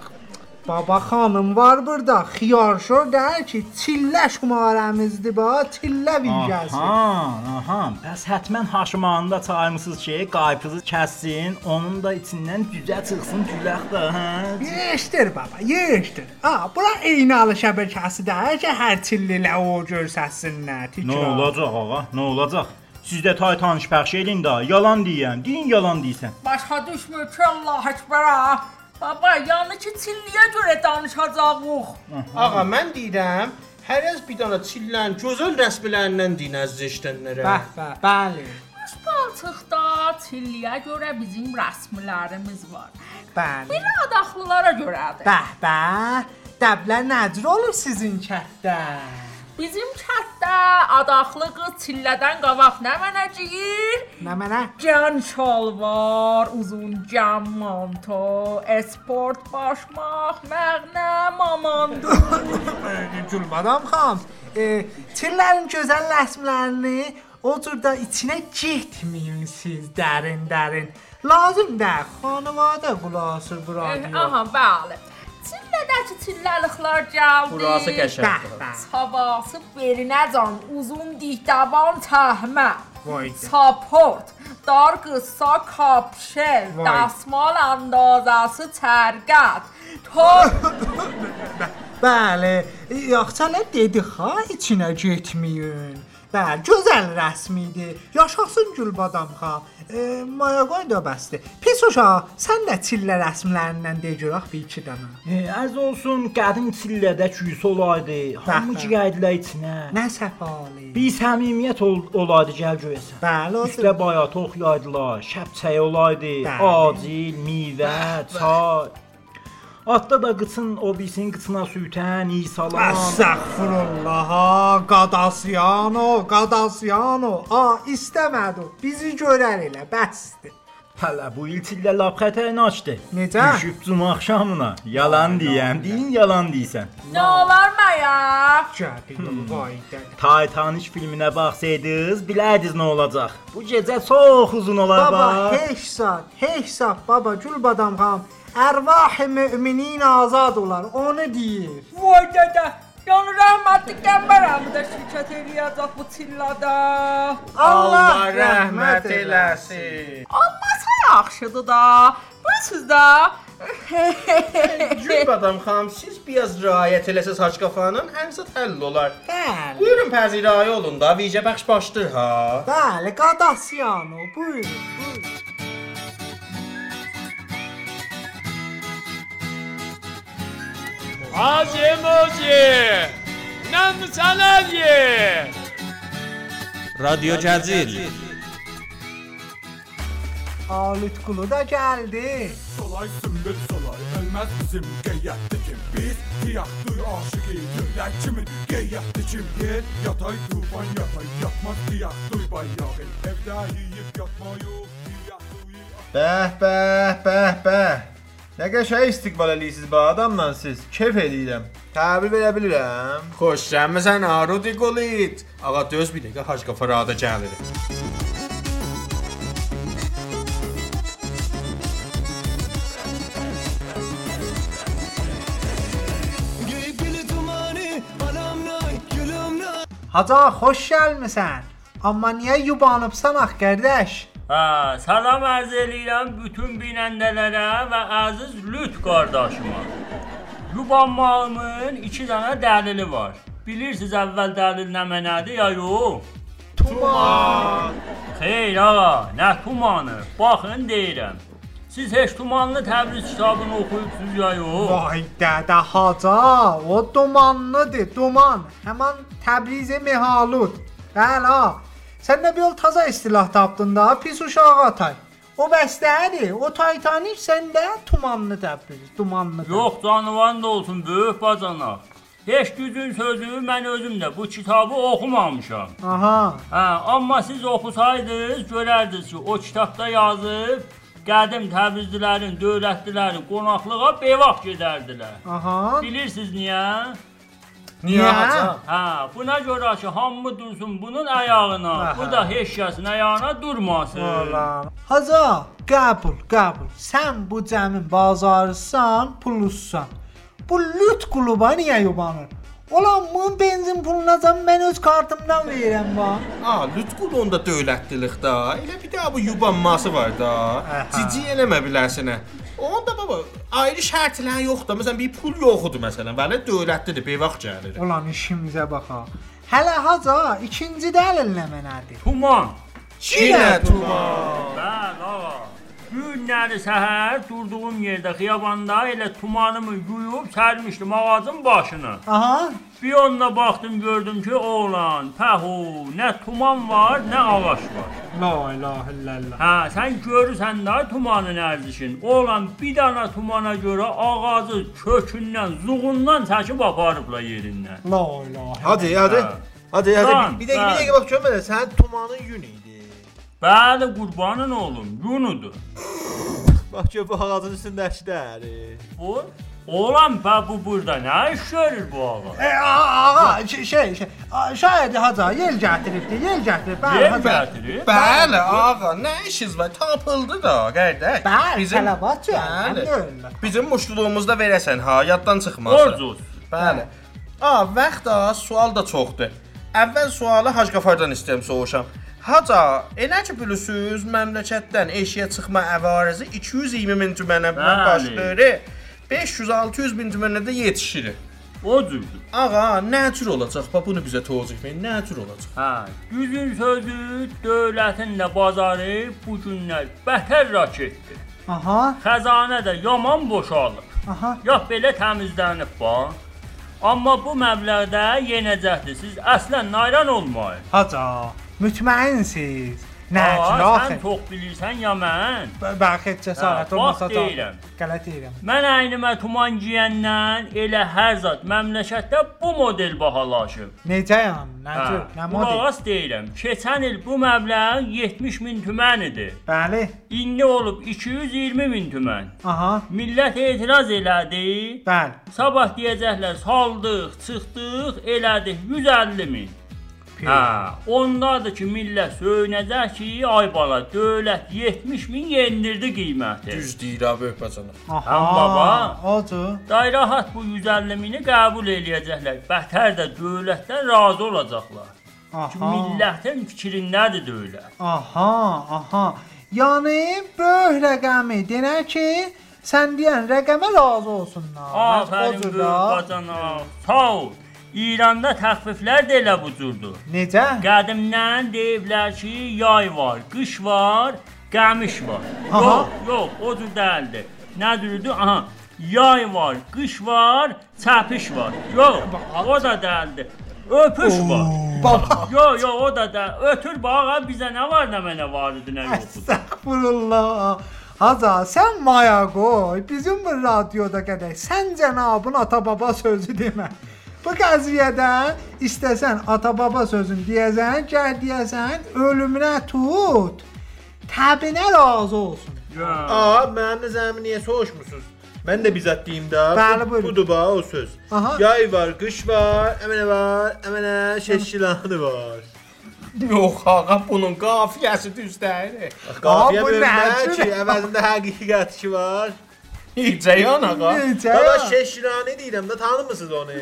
[SPEAKER 3] Baba xanım var burada. Xiyarşor deyir ki, çillə şumaramızdır ba, çillə bilgəsi.
[SPEAKER 12] Aha, aha. Bəs həttəmən Haşımanı da çağırmısınız ki, qaypızı kəssin, onun da içindən düzə çıxsın, güləx də, hə?
[SPEAKER 3] Yığışdır baba, yığışdır. A, bura eynalı şəbəkəsi deyir ki, hər çillilə o görsəsinlər,
[SPEAKER 12] Nə
[SPEAKER 3] tikrar.
[SPEAKER 12] olacaq ağa? Nə olacaq? Siz də tay tanış bəxş edin də, yalan deyən, deyin yalan deyirsən.
[SPEAKER 14] Başa düşmür ki Allah ekbera. Baba yani ki Çinliyə görə danışacağıq.
[SPEAKER 2] Ağa mən deyirəm, hərəz bir dana çillən gözəl rəsmlərindən dinəz işlənlərə.
[SPEAKER 3] Bəh, bəh, bəli.
[SPEAKER 14] Üç palçıqda Çinliyə görə bizim rəsmlərimiz var.
[SPEAKER 3] Bəli.
[SPEAKER 14] Bir adaqlılara görədir.
[SPEAKER 3] Bəh, bəh. Dəblər nəcür olur sizin kətdə?
[SPEAKER 14] Bizim kətdə adaqlı qız çillədən qabaq nə mənəcəyir?
[SPEAKER 3] Nə mənə?
[SPEAKER 14] Can şalvar, uzun cam manto, esport başmaq, məğnə mamandı.
[SPEAKER 3] Gülmadam xan, e, çillərin gözəl rəsmlərini o cür də içinə getməyin siz dərin-dərin. Lazım da xanıvadə qulaq asır bu radio.
[SPEAKER 14] Eh, Aha, bəli. Çillədəki çilləliklər gəldi.
[SPEAKER 3] Burası qəşəngdir. Bəh, bəh.
[SPEAKER 14] Sabası berinəcən uzun dikdaban təhmə.
[SPEAKER 3] Vay da.
[SPEAKER 14] Support, dar qısa kapşel,
[SPEAKER 3] Vay.
[SPEAKER 14] dasmal andazası çərqət. Top
[SPEAKER 3] Bəli, yaxşı nə dedi ha, içinə getməyin. Bəli, gözəl rəsm idi. Yaşasın Gülbadam xan. E, Mayaqoy da bəsdir. Pis uşaq, sən də çillə rəsmlərindən de görək bir iki dənə.
[SPEAKER 12] E, Əz olsun, qədim çillədə küyüsü olaydı, hamı
[SPEAKER 3] bəh.
[SPEAKER 12] cigəydilər içinə.
[SPEAKER 3] Nə səfalı.
[SPEAKER 12] Bir səmimiyyət ol, olaydı gəl görəsən.
[SPEAKER 3] Bəli, olsun.
[SPEAKER 12] Üstə bayat oxuyaydılar, şəbçəyi olaydı,
[SPEAKER 3] Bəli.
[SPEAKER 12] acil, meyvə, çay. Atda da qıçın o birisinin qıçına sürtən, isalan.
[SPEAKER 3] Əstəğfurullah, ha, qadasyano, qadasyano. A, istəmədi. Bizi görər elə, bəsdir.
[SPEAKER 12] Hələ bu ilçillə lap xətərini açdı.
[SPEAKER 3] Necə?
[SPEAKER 12] Düşüb cuma axşamına. Yalan deyəm, deyin yalan deyirsən.
[SPEAKER 14] nə olar məyə?
[SPEAKER 3] Gəbil, vay da.
[SPEAKER 12] Titanic filminə baxsaydınız, bilərdiniz nə olacaq. Bu gecə çox uzun olar
[SPEAKER 3] Baba
[SPEAKER 12] bax.
[SPEAKER 3] heç saat, heç saat baba Gülbadam xan ərvah-ı müminin azad olar, onu deyir.
[SPEAKER 14] Vay dədə, yəni rəhmətli qəmbərəm də şirkət eləyəcək bu çillədə.
[SPEAKER 2] Allah rəhmət eləsin.
[SPEAKER 14] Olmasa yaxşıdır da. Bilirsiniz də.
[SPEAKER 2] Gül badam xanım, siz biraz riayət eləsəz haçqafanın, hər zət həll olar.
[SPEAKER 3] Bəli.
[SPEAKER 2] Buyurun pəzirayı olun da, vicə bəxş başdır ha.
[SPEAKER 3] Bəli, qadasyano, buyurun, buyurun.
[SPEAKER 15] Hacı Mozi! Nam Sanayi!
[SPEAKER 16] Radyo Cazil.
[SPEAKER 3] Alıtkulu da geldi.
[SPEAKER 17] Solay sümbül solay ölmez bizim geyyatlı kim Biz tiyahtı aşık yürler kimin geyyatlı kim Gel yatay tufan yatay yatmaz tiyahtı bayağı Evde yiyip yatmayı
[SPEAKER 18] Bəh, bəh, bəh, bəh. Nə qəşəng istiqbal eləyirsiniz bu adamla siz. Kef eləyirəm. Təbrik verə bilirəm.
[SPEAKER 2] Xoşlanmısan Arudi Qulit. Ağa döz bir dəqiqə haçqafa rada gəlir.
[SPEAKER 9] Geypili tumani anam nay gülüm nay
[SPEAKER 3] Haca hoş gelmişsin. Amma niyə yubanıbsan ax qardaş?
[SPEAKER 19] Ha, salam arz eləyirəm bütün binəndələrə və əziz lüt qardaşıma. Yubanmağımın 2 dənə dəlili var. Bilirsiniz əvvəl dəlil nə mənədir ya yox? Tuman. Xeyr ağa, nə tumanı? Baxın deyirəm. Siz heç tumanlı Təbriz kitabını oxuyubsunuz ya yox?
[SPEAKER 3] Vay dədə haca, o dumanlıdır, duman. Həman Təbrizi mehalud. Bəli, ha. sən də bir yol taza istilah tapdın da, pis uşağa atay. O bəstədir, o Titanic səndə tumanlı Təbriz, dumanlı.
[SPEAKER 19] Yox canıvan da olsun böyük bacanaq. Heç gücün sözü mən özüm də bu kitabı oxumamışam.
[SPEAKER 3] Aha.
[SPEAKER 19] Hə, amma siz oxusaydınız görərdiniz ki, o kitabda yazıb qədim Təbrizlilərin, dövlətlilərin qonaqlığa bevaq gedərdilər.
[SPEAKER 3] Aha.
[SPEAKER 19] Bilirsiniz niyə?
[SPEAKER 3] Niyə? Hacı?
[SPEAKER 19] Hə, buna görə ki, hamı dursun bunun ayağına,
[SPEAKER 3] Aha.
[SPEAKER 19] bu da heç kəsin ayağına durmasın.
[SPEAKER 3] Valla. Haca, qəbul, qəbul. Sən bu cəmin bazarısan, pullusan. Bu lüt kluba niyə yubanır? Olan bunun benzin puluna zam mən öz kartımdan verirəm bax.
[SPEAKER 2] A, Lütqul onda dövlətlilik da. Elə bir də bu yubanması var da. Cici eləmə bilərsən. hə. Onda baba ayrı şərtlər yoxdur. Məsələn bir pul yoxdur məsələn. Bəli, dövlətlidir, bevaq gəlir.
[SPEAKER 3] Olan işimizə baxa. Hələ haca ikinci dəlil nə mənədir?
[SPEAKER 19] Tuman.
[SPEAKER 3] Çinə
[SPEAKER 19] Bəli, ağa. Günləri səhər durduğum yerdə xiyabanda elə tumanımı yuyub sərmişdim ağacın başına.
[SPEAKER 3] Aha.
[SPEAKER 19] Bir onunla baxdım gördüm ki, oğlan, pəhu, nə tuman var, nə ağaç var.
[SPEAKER 3] La ilahe illallah.
[SPEAKER 19] Hə, sən görürsən də tumanın ərzişin. Oğlan bir dana tumana görə ağacı kökündən, zuğundan çəkib aparıbla yerindən.
[SPEAKER 3] La ilahe.
[SPEAKER 18] Hadi hadi.
[SPEAKER 19] Ha.
[SPEAKER 18] Hadi hadi. bir,
[SPEAKER 19] Lan,
[SPEAKER 18] bir dakika bir
[SPEAKER 19] lan.
[SPEAKER 18] dakika bak çömele sen tumanın yünü.
[SPEAKER 19] Bəli, qurbanın oğlum, yunudur.
[SPEAKER 18] Bak gör bu ağacın üstünde eşidəri.
[SPEAKER 19] Bu? Oğlan bə bu burada nə iş görür bu ağac?
[SPEAKER 3] E, a- ağa, şey, şey, şey, a- şayet haca yel gətiribdi, yel gətirib. Bəli,
[SPEAKER 2] Yel
[SPEAKER 3] haca.
[SPEAKER 2] gətirib? Bəli, ağa, nə işiniz var? Tapıldı da, qardaş.
[SPEAKER 3] Bəli, tələbat yox,
[SPEAKER 2] Bəli.
[SPEAKER 3] əminəm.
[SPEAKER 2] Bizim muştuluğumuzda verəsən ha, yaddan çıxmasın.
[SPEAKER 19] Borcuz.
[SPEAKER 2] Bəli. A, vaxt da, sual da çoxdur. Əvvəl sualı Hacı Qafardan istəyirəm soruşam. Haca, elə ki bilirsiniz, məmləkətdən eşiyə çıxma əvarəzi 220 min tümənədən
[SPEAKER 19] Bəli.
[SPEAKER 2] başlayır. 500-600 min tümənədə yetişir.
[SPEAKER 19] O cürdür.
[SPEAKER 2] Ağa, nə cür olacaq? Bax bunu bizə təvzih verin. Nə cür olacaq?
[SPEAKER 19] Hə, düzün sözü dövlətinlə bazarı bu günlər bətər raketdir.
[SPEAKER 3] Aha,
[SPEAKER 19] Xəzanə də yaman boşalıb.
[SPEAKER 3] aha.
[SPEAKER 19] Ya belə təmizlənib bax. Amma bu məbləğdə yenəcəkdir. Siz əslən nayran olmayın.
[SPEAKER 3] Haca, mütməinsiz. Nə
[SPEAKER 19] Ha,
[SPEAKER 3] üçün
[SPEAKER 19] Sən
[SPEAKER 3] axı?
[SPEAKER 19] çox bilirsən ya mən.
[SPEAKER 3] Bəlkə cəsarət
[SPEAKER 19] Hə,
[SPEAKER 3] olmasa
[SPEAKER 19] bax
[SPEAKER 3] da.
[SPEAKER 19] deyirəm.
[SPEAKER 3] Qələt deyirəm.
[SPEAKER 19] Mən əynimə tuman geyəndən elə hər zat məmləkətdə bu model bahalaşıb.
[SPEAKER 3] Necəyəm? Nə
[SPEAKER 19] Hə,
[SPEAKER 3] cür? Nə model?
[SPEAKER 19] Qulaq deyirəm. Keçən il bu məbləğ 70 min tümən idi.
[SPEAKER 3] Bəli.
[SPEAKER 19] İndi olub 220 min tümən.
[SPEAKER 3] Aha.
[SPEAKER 19] Millət etiraz elədi.
[SPEAKER 3] Bəli.
[SPEAKER 19] Sabah deyəcəklər saldıq, çıxdıq, elədik 150 min. Hə, ondadır ki, millət söynəcək ki, ay bala, dövlət 70 min yendirdi qiyməti.
[SPEAKER 2] Düz deyir abi öpəcənə.
[SPEAKER 19] Hə, baba.
[SPEAKER 3] Odur.
[SPEAKER 19] Day rahat bu 150 mini qəbul eləyəcəklər. Bətər də dövlətdən razı olacaqlar. Ki,
[SPEAKER 3] Aha.
[SPEAKER 19] millətin fikrindədir dövlət.
[SPEAKER 3] Aha, aha. Yəni böyük rəqəmi deyən ki, sən deyən rəqəmə razı olsunlar. Məhz o
[SPEAKER 19] Afərin
[SPEAKER 3] cür
[SPEAKER 19] böyük
[SPEAKER 3] də.
[SPEAKER 19] bacana. Sağ ol. İranda təxfiflər də elə bu cürdür.
[SPEAKER 3] Necə?
[SPEAKER 19] Qədimdən deyiblər ki, yay var, qış var, qəmiş var.
[SPEAKER 3] Aha.
[SPEAKER 19] Yox, yox, o cür deyildi. Nə cürdür? Aha. Yay var, qış var, çəpiş var. Yox, o da deyildi. Öpüş var. Yo yo o da da ötür bağa bizə nə var nə mənə var idi nə yox.
[SPEAKER 3] Estağfurullah. Haza sen maya koy. Bizim bu radyoda gerek. Sen cenabın ata baba sözü deme. Bu qaziyədə istəsən ata baba sözün deyəsən, gəl deyəsən, ölümünə tut. Təbinə razı olsun.
[SPEAKER 18] Aa mühendis zəmi niye soruşmusunuz? Ben de bizzat diyeyim daha.
[SPEAKER 3] Bəli, buyurun.
[SPEAKER 18] Budur ba o söz.
[SPEAKER 3] Aha.
[SPEAKER 18] Yay var, kış var, emene var, emene şeşilanı var.
[SPEAKER 2] Yox, ağa, bunun qafiyəsi düz deyil.
[SPEAKER 18] Qafiyə bölmək ki, əvəzində həqiqət ki var.
[SPEAKER 2] Hecayan ağa.
[SPEAKER 18] Hecayan. Baba şeşirani deyirəm də tanımırsınız onu.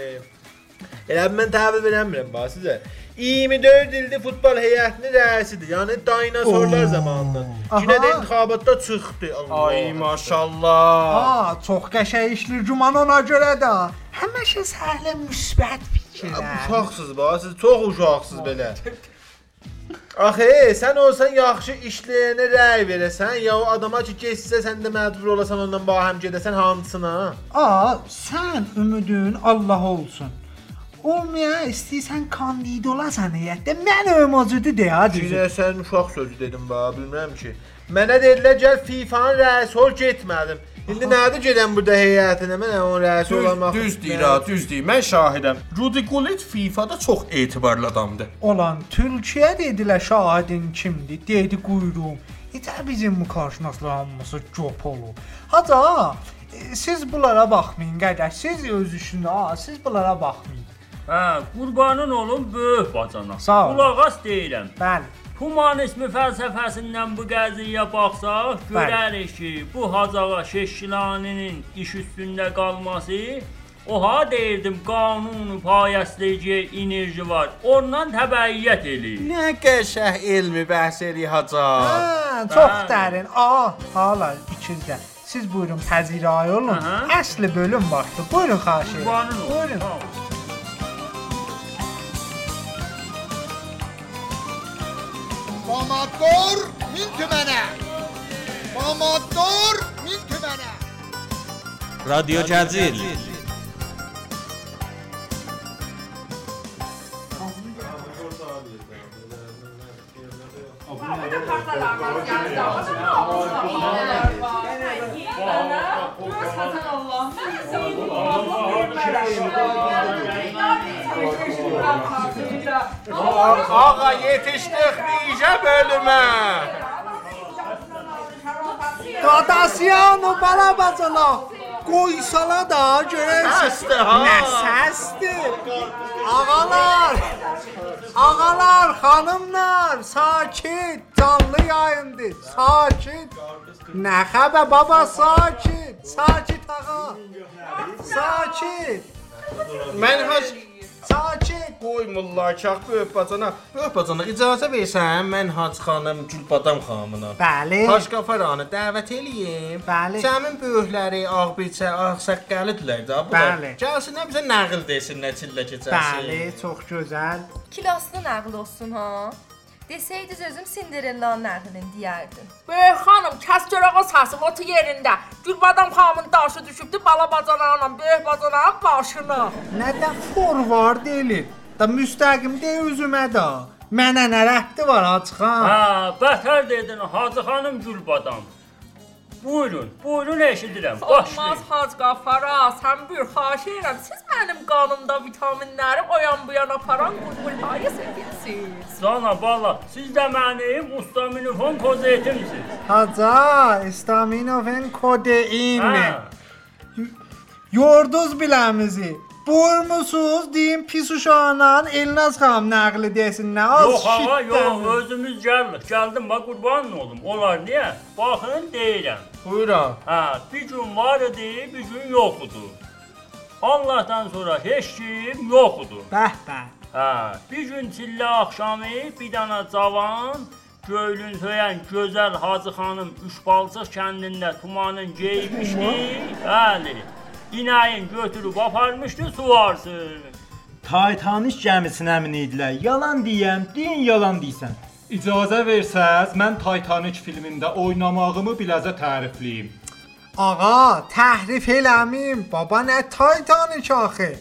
[SPEAKER 18] Elə mən təvəl verəmirəm bax sizə. 24 ildir futbol heyətinin rəisidir. Yəni dinosorlar zamanında. Yenə də intixabatda çıxdı. Ay
[SPEAKER 2] maşallah.
[SPEAKER 3] Aa, çox qəşəng işli cuman ona görə də. Həmişə səhlə müsbət fikirlər.
[SPEAKER 18] Uşaqsınız bax, siz çox uşaqsınız belə. Axı, e, sən olsan yaxşı işləyənə rəy verəsən, ya o adama ki, keçsə sən də məcbur olasan ondan bax həm gedəsən hamısına.
[SPEAKER 3] A, sən ümidin Allah olsun. Olmaya istəyirsən kandid olasan heyətdə. Mənim o cüdü de hadi.
[SPEAKER 18] Günə sən uşaq sözü dedim bax, bilmirəm ki. Mənə dedilər gəl FIFA-nın rəisi ol getmədim. İndi nədir gedən burada heyətinə? Mən onun rəisi olamaq.
[SPEAKER 2] Düz deyir, ha, düz deyir. Mən şahidəm. Rudi Gullit FIFA-da çox etibarlı adamdır.
[SPEAKER 3] Olan Türkiyə dedilər şahidin kimdir? Dedi quyruğum. Necə bizim bu karşınaslar hamısı cop olub. Haca, e, siz bunlara baxmayın qardaş. Siz öz işinə, ha, siz bunlara baxmayın.
[SPEAKER 19] Hə, qurbanın olum böyük bacana.
[SPEAKER 3] Sağ ol.
[SPEAKER 19] Qulağas deyirəm.
[SPEAKER 3] Bəli.
[SPEAKER 19] Humanizm fəlsəfəsindən bu qəziyyəyə baxsaq, görərik ki, bu Hacağa Şeşkilaninin iş üstündə qalması Oha deyirdim qanun payəsləyici enerji var. Ondan təbəiyyət eləyir.
[SPEAKER 2] Nə qəşəh elmi bəhs eləyir haca.
[SPEAKER 3] Hə, çox dərin. A, hala ikizdə. Siz buyurun təzirayı olun. Əsli bölüm vaxtı. Buyurun xahiş edirəm.
[SPEAKER 19] Qanun o.
[SPEAKER 3] Buyurun.
[SPEAKER 7] Pomodor min tümənə. Pomodor min tümənə.
[SPEAKER 16] Radio Cazil.
[SPEAKER 2] Ağa yetişdik bircə bölümə.
[SPEAKER 3] Dadasyan o bala bacala. Qoysala da görərsiniz.
[SPEAKER 2] Səsdir, ha.
[SPEAKER 3] Nə səsdir? Ağalar, ağalar, xanımlar, sakit, canlı yayındır. Sakit. Nə xəbər baba, sakit. Sakit ağa. Sakit.
[SPEAKER 2] Mən hac
[SPEAKER 3] sakit
[SPEAKER 2] qoymurlar ki, ax böyük bacana. Böyük bacana icazə versən, mən Hac xanım Gülbadam xanımına.
[SPEAKER 3] Bəli.
[SPEAKER 2] Hac qafaranı dəvət eləyim.
[SPEAKER 3] Bəli.
[SPEAKER 2] Səmin böyükləri ağbirçə, ağsaqqalıdırlar da bunlar.
[SPEAKER 3] Bəli.
[SPEAKER 2] Gəlsinlər bizə nəqil desinlər çillə keçəsin.
[SPEAKER 3] Bəli, çox gözəl.
[SPEAKER 10] Klaslı nəql olsun ha. Desəydiz özüm Cinderella nəqlin deyərdim.
[SPEAKER 14] Böyük xanım, kəs görək o səsi, otu yerində. Gülbadam xanımın daşı düşübdü bala bacanağına, böyük bacanağın başına.
[SPEAKER 3] Nədən forward elib? Da müstəqim de özümə də. Mənə nə rəhti var açxan?
[SPEAKER 19] Hə, bətər dedin Hacı xanım Gülbadam. Buyurun, buyurun eşidirəm.
[SPEAKER 14] Olmaz
[SPEAKER 19] Başlayın.
[SPEAKER 14] Hac Qafara, sən bir xahiş edirəm, siz mənim qanımda vitaminləri o yan bu yana aparan qulqulları sevirsiniz.
[SPEAKER 19] Sana bala, siz də mənim usta minifon koz etimsiz.
[SPEAKER 3] Haca, istaminovin kodein.
[SPEAKER 19] Hə.
[SPEAKER 3] Yorduz biləmizi. Buyurmusuz deyim pis uşağından Elnaz xanım nəqli desin nə az
[SPEAKER 19] Yox hava, yox,
[SPEAKER 3] şitdən.
[SPEAKER 19] özümüz gəldik. Gəldim bax qurban olum. Onlar niyə? Baxın deyirəm.
[SPEAKER 2] Buyurun.
[SPEAKER 19] Hə, bir gün var idi, bir gün yox idi. Allahdan sonra heç kim yox idi.
[SPEAKER 3] Bəh bəh.
[SPEAKER 19] Hə, bir gün çillə axşamı bir dənə cavan göylün söyən gözəl Hacı xanım Üçbalcıq kəndində tumanın geymişdi. Bəli. İnəyin götürüb aparmışdı suvarsın.
[SPEAKER 12] Taytanik gəmisinə miniydilər. Yalan deyəm, deyin yalan deyirsən.
[SPEAKER 4] İcazə versəz, mən Titanic filmində oynamağımı biləcə tərifləyim.
[SPEAKER 3] Ağa, təhrif eləmim. Baba nə Titanic axı.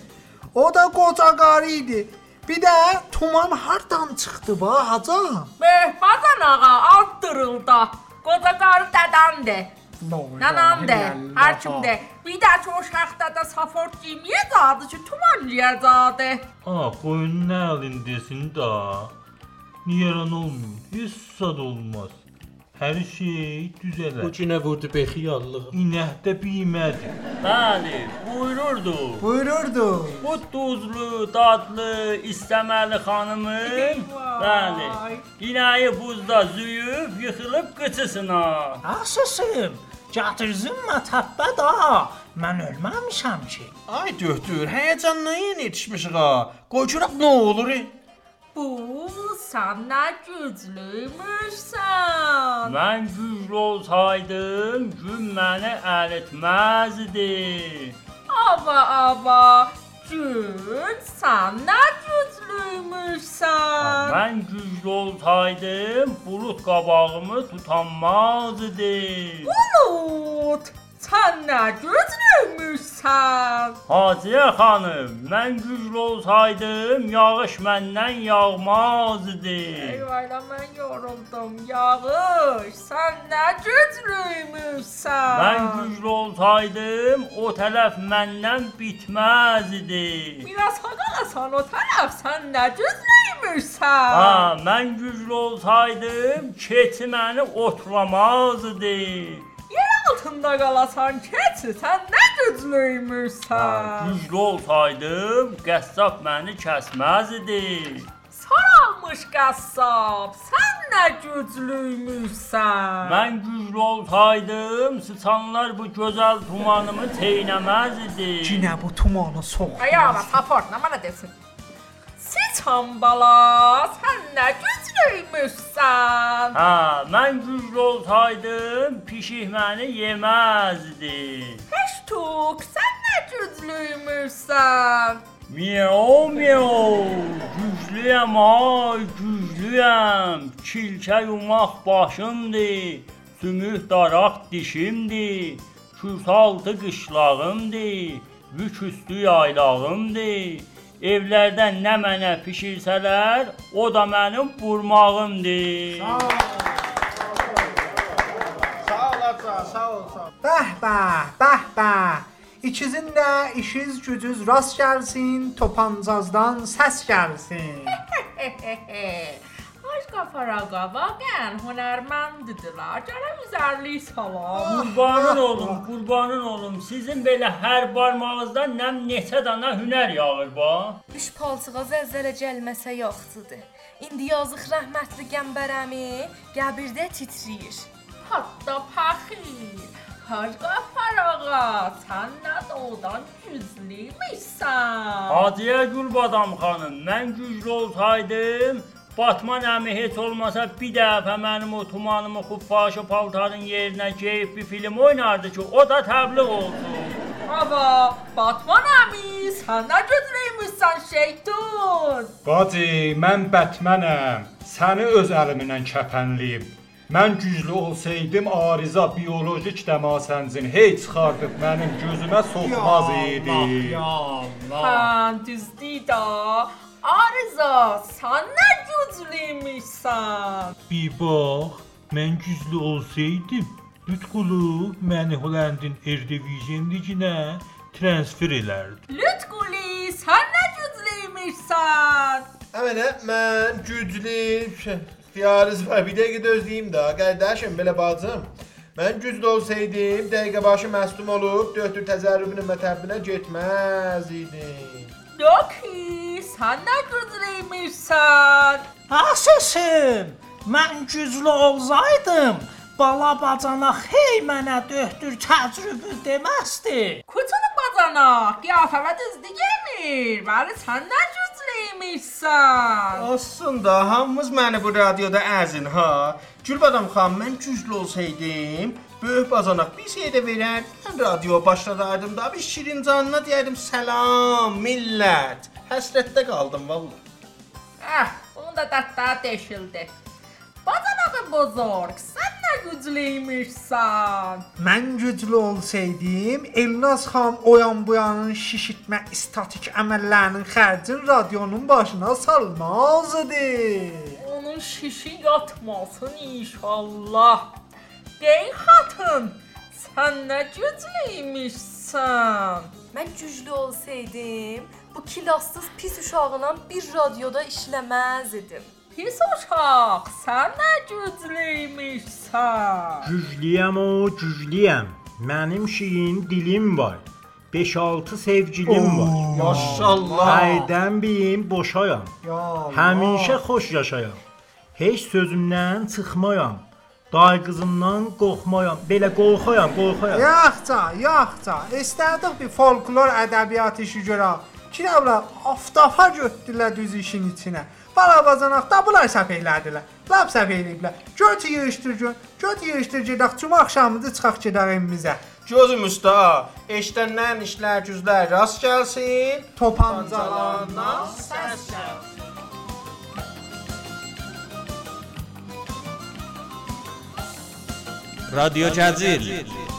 [SPEAKER 3] O da qoca qarı idi. Bir də tuman hardan çıxdı ba haca?
[SPEAKER 14] Böyük bacanağa attırıldı. Qoca qarı dədəmdir. Nənəmdir, hər kimdir. Bir də ki, o şəxdə də safort giyməyəcəkdi ki, tuman yiyəcəkdi.
[SPEAKER 8] Ha koyunun elindesin da. Niye yaran olmuyor? Hiç sad olmaz. Her şey düzelir.
[SPEAKER 15] Ucuna vurdu
[SPEAKER 8] bekiyallığı. İnehde bilmedi.
[SPEAKER 19] Bəli, buyururdu.
[SPEAKER 3] Buyururdu.
[SPEAKER 19] Bu duzlu, dadlı, istəməli xanımı. Bəli. İnəyi buzda züyüb yıxılıb qıçısına.
[SPEAKER 6] Asısım, gətirzinmə təppə da. Mən ölməmişəm ki.
[SPEAKER 2] Ay döhdür, həyəcanla yenə yetişmişik ha. Qoy görək nə olur. e?
[SPEAKER 14] Bu, sən nə güclüymüşsən.
[SPEAKER 19] Mən güclü olsaydım, gün məni əritməzdi.
[SPEAKER 14] Ava, ava, güc, sən nə güclüymüşsən.
[SPEAKER 19] Mən güclü olsaydım, bulut qabağımı tutanmazdı.
[SPEAKER 14] Bulut, sən nə güclüymüşsən.
[SPEAKER 19] Haciyə xanım, mən güclü olsaydım, yağış məndən yağmazdı.
[SPEAKER 14] Eyvayla mən yoruldum. Yağış, sən nə güclüymüşsən.
[SPEAKER 19] Mən güclü olsaydım, o tərəf məndən bitməzdi.
[SPEAKER 14] Biraz haqalasan o tərəf, sən nə güclüymüşsən.
[SPEAKER 19] Ha, mən güclü olsaydım, keçi məni otlamazdı.
[SPEAKER 14] Yer altında qalasan keçi, sən nə güclüymüşsən.
[SPEAKER 19] Güclü olsaydım, qəssab məni kəsməzdi.
[SPEAKER 14] Saralmış qəssab, sən nə güclüymüşsən.
[SPEAKER 19] Mən güclü olsaydım, sıçanlar bu gözəl tumanımı çeynəməzdi.
[SPEAKER 6] Yenə bu tumanı sox.
[SPEAKER 14] Ayağına tapar, nə mənə desin. Siçan bala, sən nə güclüymüşsən.
[SPEAKER 19] Hə, mən güclü olsaydım, pişik məni yeməzdi.
[SPEAKER 14] Heştuk, sən nə güclüymüşsən.
[SPEAKER 19] Miau miau, güclüyəm ay, güclüyəm. Kilkə yumaq başımdır, sümük daraq dişimdir. Kürsaltı qışlağımdır, yük üstü yaylağımdır. Evlərdən nə mənə pişirsələr, o da mənim vurmağımdır.
[SPEAKER 1] Sağ ol Aca, sağ ol, sağ ol.
[SPEAKER 3] Bəh bəh, bəh bəh. İkizin də işiz gücüz rast gəlsin, topancazdan səs gəlsin.
[SPEAKER 14] Aşqa Faraqa vaqən hünərməndidilər. Gələm üzərlik
[SPEAKER 19] Ah.
[SPEAKER 14] salam.
[SPEAKER 19] Qurbanın olum, qurbanın olum. Sizin belə hər barmağınızdan nəm neçə dana hünər yağır ba?
[SPEAKER 10] Üç palçıqaz əvvələ gəlməsə yaxşıdır. İndi yazıq rəhmətli qəmbərəmi qəbirdə titriyir.
[SPEAKER 14] Hatta paxir. Aşqa Faraqa, sən nə doğudan güclüymüşsən.
[SPEAKER 19] Hacıya Gülbadam xanım, mən güclü olsaydım, Batman əmi heç olmasa bir dəfə mənim o tumanımı xuffaşı paltarın yerinə geyib bir film oynardı ki, o da təbliğ olsun.
[SPEAKER 14] Ava, Batman əmi, sən nə güclüymüşsən şeytun.
[SPEAKER 4] Qacı, mən Bətmənəm. Səni öz əlimlə kəpənliyim. Mən güclü olsaydım Ariza biolojik dəmasəncin heç çıxardıb mənim gözümə soxmaz idi.
[SPEAKER 14] Hə, düzdür də. Arıza, sən nə güclüymüşsən.
[SPEAKER 8] Bir bax, mən güclü olsaydım, Lütqulu məni Hollandin Erdivision liginə transfer elərdi.
[SPEAKER 14] Lütquli, sən nə güclüymüşsən.
[SPEAKER 18] Əmələ, mən güclü xiyarız var. Bir dəqiqə də özləyim də. Qardaşım, belə bacım. Mən güclü olsaydım, dəqiqə başı məsdum olub, döhtür təzərrübünün mətəbbinə getməz idim.
[SPEAKER 14] Yox, sən nə güclüymüşsən.
[SPEAKER 6] Asəsim, mən güclü olsaydım, bala bacana hey mənə döhdür təcrübə deməzdi.
[SPEAKER 14] Kutunun bacana, qiyafəmə düzdü gəlmir. Bəli, sən nə güclüymüşsən.
[SPEAKER 2] Aslında hamımız məni bu radioda əzin ha. Gülbadam xan, mən güclü olsaydım, böyük bazanaq bir şey də verər. Mən radio başladaydım da bir şirin canına deyərdim salam millət. Həsrətdə qaldım vallahi.
[SPEAKER 14] Ah, bunu da dəttə deşildi. Bacanağı bozorq, sən nə güclüymüşsən.
[SPEAKER 3] Mən güclü olsaydım, Elnaz xan oyan buyanın şişirtmə istatik əməllərinin xərcin radionun başına salmaz idi.
[SPEAKER 14] Onun şişi yatmasın inşallah. Dey xatın, sən nə güclüymüşsən.
[SPEAKER 10] Mən güclü olsaydım, bu kilassız pis uşağla bir radioda işləməz idim.
[SPEAKER 14] Pis uşaq, sən nə güclüymüşsən.
[SPEAKER 12] Güclüyəm o, güclüyəm. Mənim şeyin dilim var. 5-6 sevgilim var.
[SPEAKER 1] Maşallah.
[SPEAKER 12] Aydan birim boşayam.
[SPEAKER 1] Ya
[SPEAKER 12] Həmişə xoş yaşayam. Heç sözümdən çıxmayam. Day qızımdan qorxmayam. Belə qorxayam, qorxayam.
[SPEAKER 3] Yaxca, yaxca. İstərdik bir folklor ədəbiyyatı işi görə. Kirabla aftafa götdülər düz işin içinə. Balabacanaq da bunlar səf elədilər. Lap səf eləyiblər. Göt yığışdır gün, göt yığışdır gedək. Cuma axşamında çıxaq gedək evimizə.
[SPEAKER 2] Gözüm üstə, eşdənlən işlər güzlər rast gəlsin.
[SPEAKER 3] Topancalarından səs
[SPEAKER 2] gəlsin.
[SPEAKER 16] Radio Cazil.